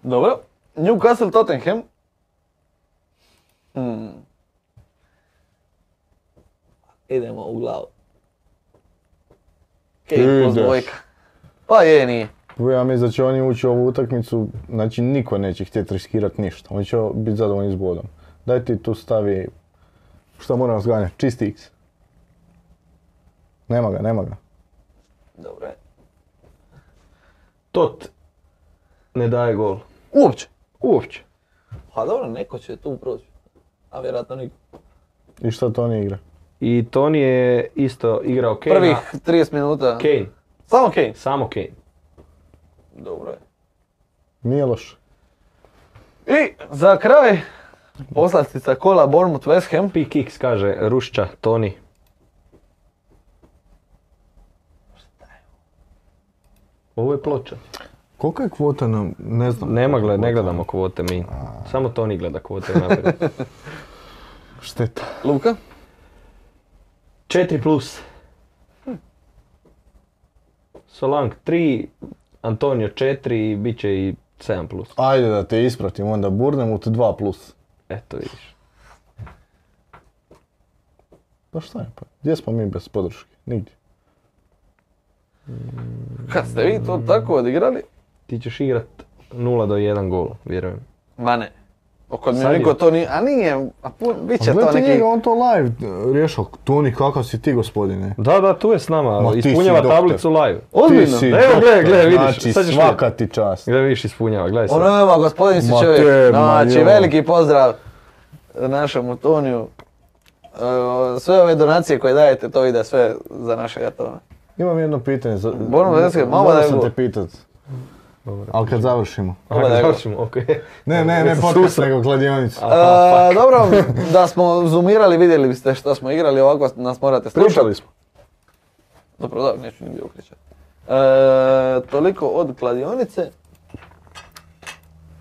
Dobro, Newcastle Tottenham. Hmm. Idemo u glavu. Kane plus
Ideš.
dvojka. Pa je, nije.
Ja mislim da će oni ući u ovu utakmicu, znači niko neće htjeti riskirati ništa. Oni će biti zadovoljni s bodom. Daj ti tu stavi, šta moram zganjati, čisti x. Nema ga, nema ga.
Dobro je.
Tot ne daje gol.
Uopće.
Uopće.
Pa dobro, neko će tu proći. A vjerojatno niko.
I šta to oni igra?
I Toni je isto igrao Kane.
Prvih 30 minuta.
Kane,
Samo Kane.
samo Kane.
Dobro je.
Nije loš.
I za kraj, poslastica kola Bournemouth West Ham.
Pick X kaže, Rušća, Toni. Ovo je ploča.
Kolika je kvota nam, ne znam.
Nema gled, ne gledamo kvote mi. Samo Toni gleda kvote naprijed.
Šteta.
Luka?
4 plus. Solank 3, Antonio 4 i bit će i 7 plus.
Ajde da te ispratim, onda Burnemut 2+. Plus.
Eto vidiš.
Pa šta je pa? Gdje smo mi bez podrške? Nigdje.
Kad ste vi to tako odigrali?
Ti ćeš igrat 0 do 1 gol, vjerujem.
Ma ne. O, Kod mi
Sad je.
niko to nije, a nije, a pun, bit će
A
to
Pa gledajte
neki...
njega, on to live e, rješao. Toni, kakav si ti gospodine?
Da, da, tu je s nama,
Ma, ti si
ispunjava
doktor.
tablicu live.
Ozbiljno?
Ti si
Evo, gle,
doktor,
gle, vidiš,
Znači,
sad ćeš
svaka ti čast.
Gledaj vidiš ispunjava, gledaj sad.
Ono evo, gospodin si
Ma
čovjek.
te, ma
Znači,
jo.
veliki pozdrav našem Antoniju. E, Sve ove donacije koje dajete, to ide sve za našega tona.
Imam jedno pitanje. za-
Borom Veske, mama
Moram
daj
sam
gol.
te pitat. Ali kad završimo.
Aha,
Ovo da je gol.
završimo, okej.
Ne, ne, ne podcast, nego kladionicu.
E, dobro, da smo zoomirali, vidjeli biste što smo igrali, ovako nas morate slušati.
Pričali smo.
Dobro, da, neću nigdje okrećati. E, toliko od kladionice.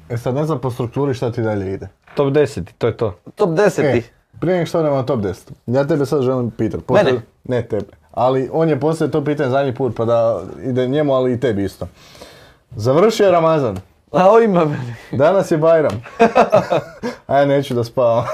E sad ne znam po strukturi šta ti dalje ide.
Top 10 i to je to.
Top 10.
E, prije nego što idemo na top 10. Ja tebe sad želim pitat. Poslije-
Mene?
Ne tebe. Ali on je poslije to pitanje zadnji put pa da ide njemu, ali i tebi isto. Završio je Ramazan.
A o ima meni.
Danas je Bajram. A ja neću da spavam,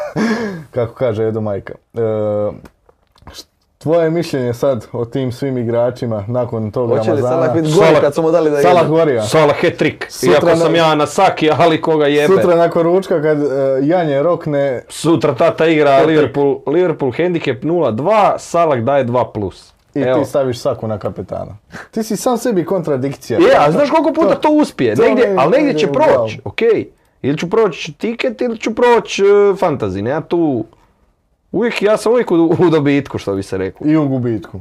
kako kaže Edo Majka. E, št- tvoje mišljenje sad o tim svim igračima nakon tog
Hoće li
Ramazana?
Salah biti gol
Salah-
kad su mu dali da jede?
Salah Gorija.
Sala hat-trick.
Sutra
Iako
na-
sam ja na saki, ali koga jebe.
Sutra nakon ručka kad e, Janje rokne,
Sutra tata igra Liverpool, Liverpool handicap 0-2, Salak daje 2+. Plus.
i
Evo.
ti staviš saku na kapetana. Ti si sam sebi kontradikcija.
Je, a znaš koliko puta to uspije?
to
Negdje,
ne-
ali negdje će
ne ide u
proći, okej. Ili ću proći tiket, ili ću proći uh, fantasy, ne, ja tu... Uvijek, ja sam uvijek u, u dobitku, što bi se rekao.
I u gubitku.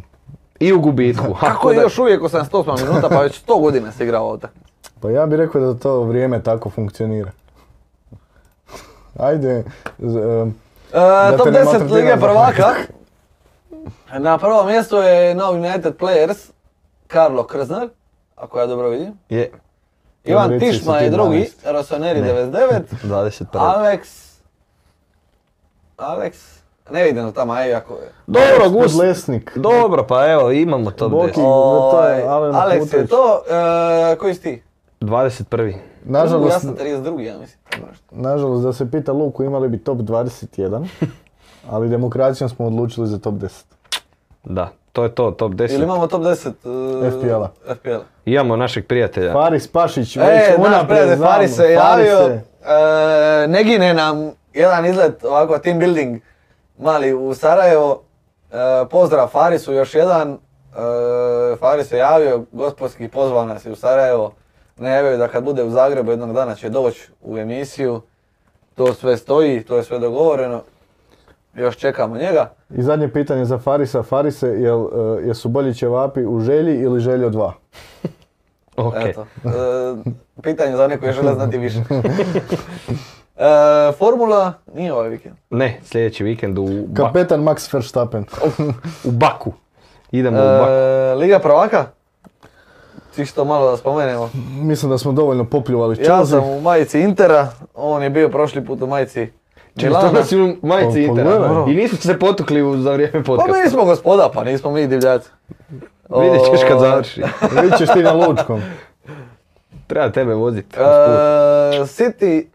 I u gubitku.
Kako
Ako
je
da-
još uvijek 88 minuta, pa već 100 godina se igra ovo tako.
Pa ja bih rekao da to vrijeme tako funkcionira. Ajde, z- e,
E, top
te ne
10
maltretira
Lige
za-
prvaka. Na prvom mjestu je No United Players, Karlo Krznar, ako ja dobro vidim.
Je,
Ivan
reci,
Tišma
si ti
je drugi,
12.
Rossoneri 99.
21.
Alex... Alex... Ne vidim tamo, aj ako je.
Dobro,
Alex
Gus.
Podlesnik.
Dobro, pa evo, imamo top
Boki.
10.
to je
Oj,
Alen
Alex je
Makutović.
Ovaj, to, e, koji si ti?
21.
Ja
nažalost,
sam 32, ja mislim.
Nažalost, da se pita Luku imali bi top 21, ali demokracijom smo odlučili za top 10.
Da, to je to, top 10.
Ili imamo top 10 e,
FPL-a.
FPL-a.
Imamo našeg prijatelja.
Faris Pašić, već
E, naš
unaprijed
prijatelj
znamo,
Faris se
Faris
javio,
se-
e, ne gine nam jedan izlet, ovako team building mali u Sarajevo. E, pozdrav Farisu još jedan, e, Faris se javio, gospodski pozvao nas je u Sarajevo najavio je da kad bude u Zagrebu jednog dana će doći u emisiju. To sve stoji, to je sve dogovoreno. Još čekamo njega.
I zadnje pitanje za Farisa. Farise, jel, e, jesu bolji ćevapi u želji ili željo dva?
Ok.
Eto. E, pitanje za one koji žele znati više. E, formula nije ovaj vikend.
Ne, sljedeći vikend u, Baku,
Kapetan Max Verstappen.
Oh.
u Baku. Idemo u Baku.
E, Liga prvaka? Ti što malo da spomenemo.
Mislim da smo dovoljno popljuvali
Ja
Chelsea.
sam u majici Intera, on je bio prošli put u majici
Čekaj,
Milana.
to si u majici
Pa,
Intera.
pogledaj.
I nisu se potukli u- za vrijeme
Pa
podcasta.
mi smo gospoda, pa nismo mi divljaci.
Vidjet ćeš kad
O,
završi.
Vidit ćeš ti na lučkom.
Treba tebe voziti.
e, City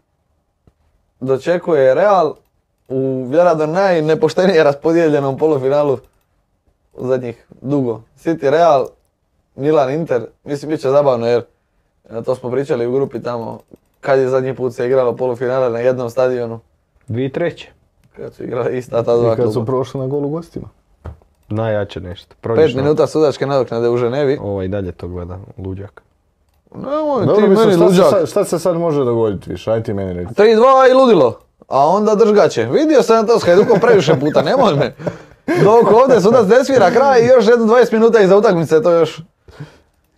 dočekuje Real u vjerojatno najnepoštenije raspodijeljenom polufinalu u zadnjih dugo. City Real, Milan Inter, mislim bit će zabavno jer e, to smo pričali u grupi tamo kad je zadnji put se igralo polufinale na jednom stadionu.
Vi treće.
Kad su igrali ista ta dva
I kad su
kluba.
prošli na golu gostima.
Najjače nešto.
Pet
Prođeš na-
minuta sudačke nadoknade u Ženevi.
Ovo i dalje to gleda, luđak.
Nemoj ti
Dobro, mislim,
meni
šta se,
luđak.
sad, šta se sad može dogoditi više? Ajde ti meni reći.
3-2 i ludilo. A onda držgaće. Vidio sam ja to s Hajdukom previše puta, nemoj me. Dok ovdje sudac ne svira kraj i još jedno 20 minuta iza utakmice, to još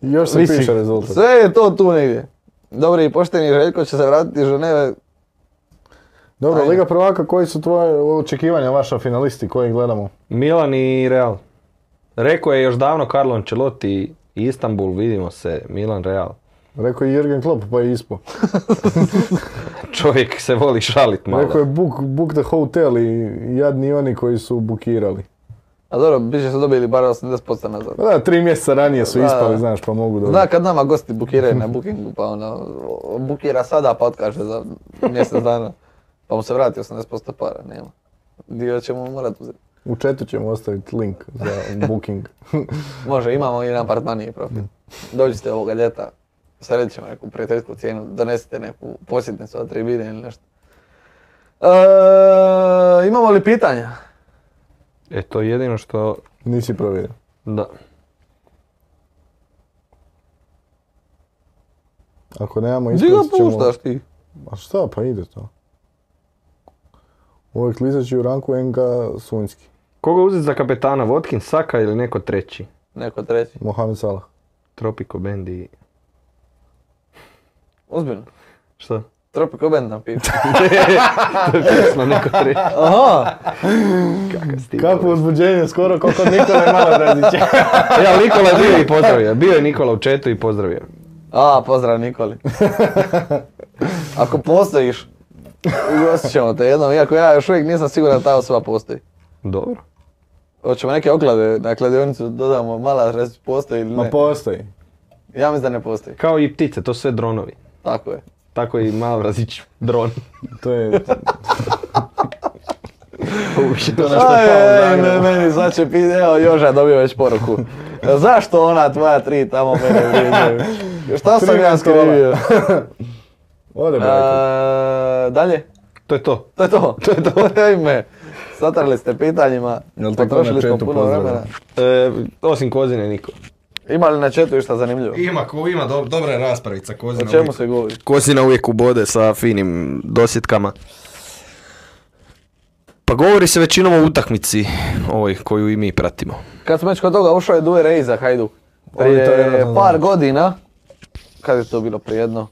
Još se
visi.
piše rezultat.
Sve je to tu negdje. Dobri i pošteni Željko će se vratiti iz Ženeve.
Dobro,
Ajde.
Liga prvaka, koji su tvoje očekivanja, vaša finalisti koji gledamo?
Milan i Real. Rekao je još davno Carlo Ancelotti i Istanbul, vidimo se, Milan Real.
Rekao je Jürgen Klopp, pa je ispo.
Čovjek se voli šalit malo.
Rekao je book, book the hotel i jadni oni koji su bukirali.
A dobro, bit će se dobili bar 80% nazad.
Pa da, tri mjeseca ranije su
Da,
ispali,
da.
znaš, pa mogu dobiti.
Zna kad nama gosti bukiraju na bookingu, pa ono, bukira sada pa otkaže za mjesec dana. Pa mu se vrati 80% para, nema. Dio ćemo morati uzeti.
U četu ćemo ostaviti link za booking.
Može, imamo i na apartmaniji profit.
Mm.
Dođite ovoga ljeta, sredit ćemo neku prijateljsku cijenu, donesite neku posjetnicu od tribine ili nešto. E, imamo li pitanja?
E to je jedino što...
Nisi provjerio.
Da.
Ako nemamo
Gdje ga
ispust ćemo...
puštaš ti?
A šta, pa ide to. Uvijek klizeći u ranku NK Sunjski.
Koga uzeti za kapetana? Votkin, Saka ili neko treći?
Neko treći.
Mohamed Salah.
Tropico Bendi.
Ozbiljno.
Šta?
Tropico Band nam piše.
to je pjesma, neko treći.
Aha!
Kakav stil.
Kako uzbuđenje, skoro koliko Nikola je malo
Ja, Nikola je bio i pozdravio. Bio je Nikola u četu i pozdravio.
A, pozdrav Nikoli. Ako postojiš, ugostit ćemo te jednom, iako ja još uvijek nisam siguran da ta osoba postoji.
Dobro.
Hoćemo neke oklade na kladionicu, dodamo mala, reci postoji ili
Ma
ne.
postoji.
Ja mislim da ne postoji.
Kao i ptice, to su sve dronovi.
Tako je.
Tako i Mavrazić dron.
To je...
to
Znaš što je pao u
Aj,
Zagrebu?
ne, meni sad će piti, evo Joža dobio već poruku. Zašto ona tvoja tri tamo mene vrijeđaju? Šta sam ja
Krivo
skrivio?
skrivio. Ode brate.
E, dalje?
To je to.
To je to. To je to. Ime. Satrali ste pitanjima,
Jel te ko na
potrošili smo
chatu
puno
pozdravlja?
vremena.
E, osim Kozine, niko.
Ima li na četu išta zanimljivo?
Ima, ko ima dobra raspravica
O
Kozina.
čemu se govori?
Kozina uvijek ubode sa finim dosjetkama. Pa govori se većinom o utakmici ovoj koju i mi pratimo.
Kad smo već kod toga, ušao je Duje Rej za Hajduk.
Ovdje to
Prije
vjerojatno
par
znaš.
godina, kad je to bilo prije jedno,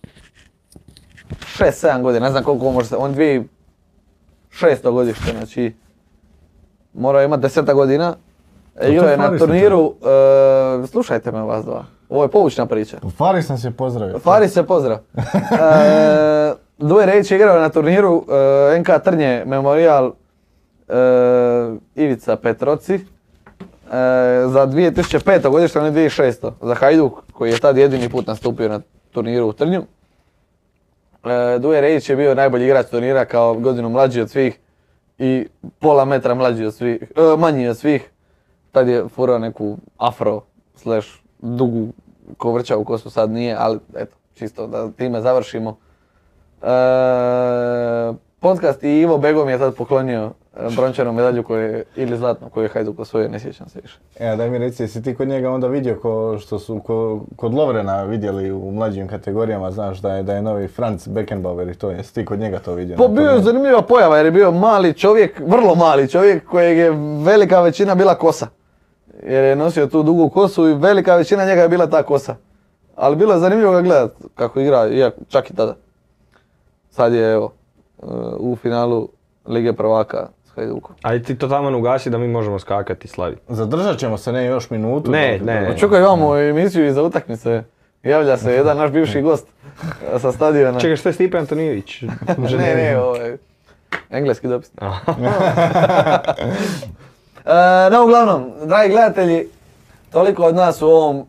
6-7 godina, ne znam koliko on može se, on 2600 godište, znači morao je imat 10 godina.
to
Igrao je na
Faris je
turniru, e, slušajte me vas dva, ovo je poučna priča.
Faris nas je pozdravio.
Fari se pozdrav. E, Duje Rejić je igrao na turniru e, NK Trnje Memorial e, Ivica Petroci e, za 2005. godište, ne 2600. Za Hajduk koji je tad jedini put nastupio na turniru u Trnju. E, Duje Rejić je bio najbolji igrač turnira kao godinu mlađi od svih i pola metra mlađi od svih, e, manji od svih. Tad je furao neku afro slash dugu kovrčavu kosu, sad nije, ali eto, čisto da time završimo. E, podcast i Ivo Begom je tad poklonio e, brončanu medalju koju je, ili zlatnu koju je Hajduk osvojio, ne sjećam se više.
E, a daj mi reci, jesi ti kod njega onda vidio ko što su ko- kod Lovrena vidjeli u mlađim kategorijama, znaš da je, da je novi Franz Beckenbauer i to, jesi ti kod njega to vidio?
Pa
na
bio je
turniru?
zanimljiva pojava jer je bio mali čovjek, vrlo mali čovjek kojeg je velika većina bila kosa. Jer je nosio tu dugu kosu i velika većina njega je bila ta kosa. Ali bilo je zanimljivo ga gledat kako igra, iako- čak i tada. Sad je evo, e, u finalu Lige prvaka s Hajdukom.
Ajde ti to tamo ugasi da mi možemo skakati i slaviti.
Zadržat ćemo se ne još minutu.
Ne,
dok-
ne.
dok-
Čekaj, imamo emisiju iza utakmice. Javlja se jedan naš bivši gost e, sa stadiona.
Čekaj, što je Stipe Antonijević?
ne, ne, ovo je engleski dopis.
Aha.
E, no, uglavnom, dragi gledatelji, toliko od nas u ovom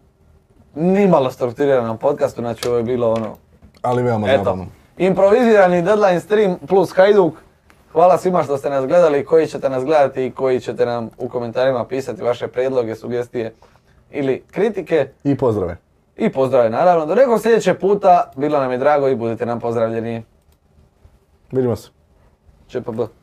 nimalo strukturiranom podcastu, znači ovo je bilo ono,
Ali veoma
eto,
zabavno.
improvizirani deadline stream plus Hajduk. Hvala svima što ste nas gledali, koji ćete nas gledati i koji ćete nam u komentarima pisati vaše prijedloge, sugestije ili kritike.
I pozdrave.
I pozdrave naravno, do nekog sljedećeg puta, bilo nam je drago i budite nam pozdravljeni.
Vidimo se.
ČPB.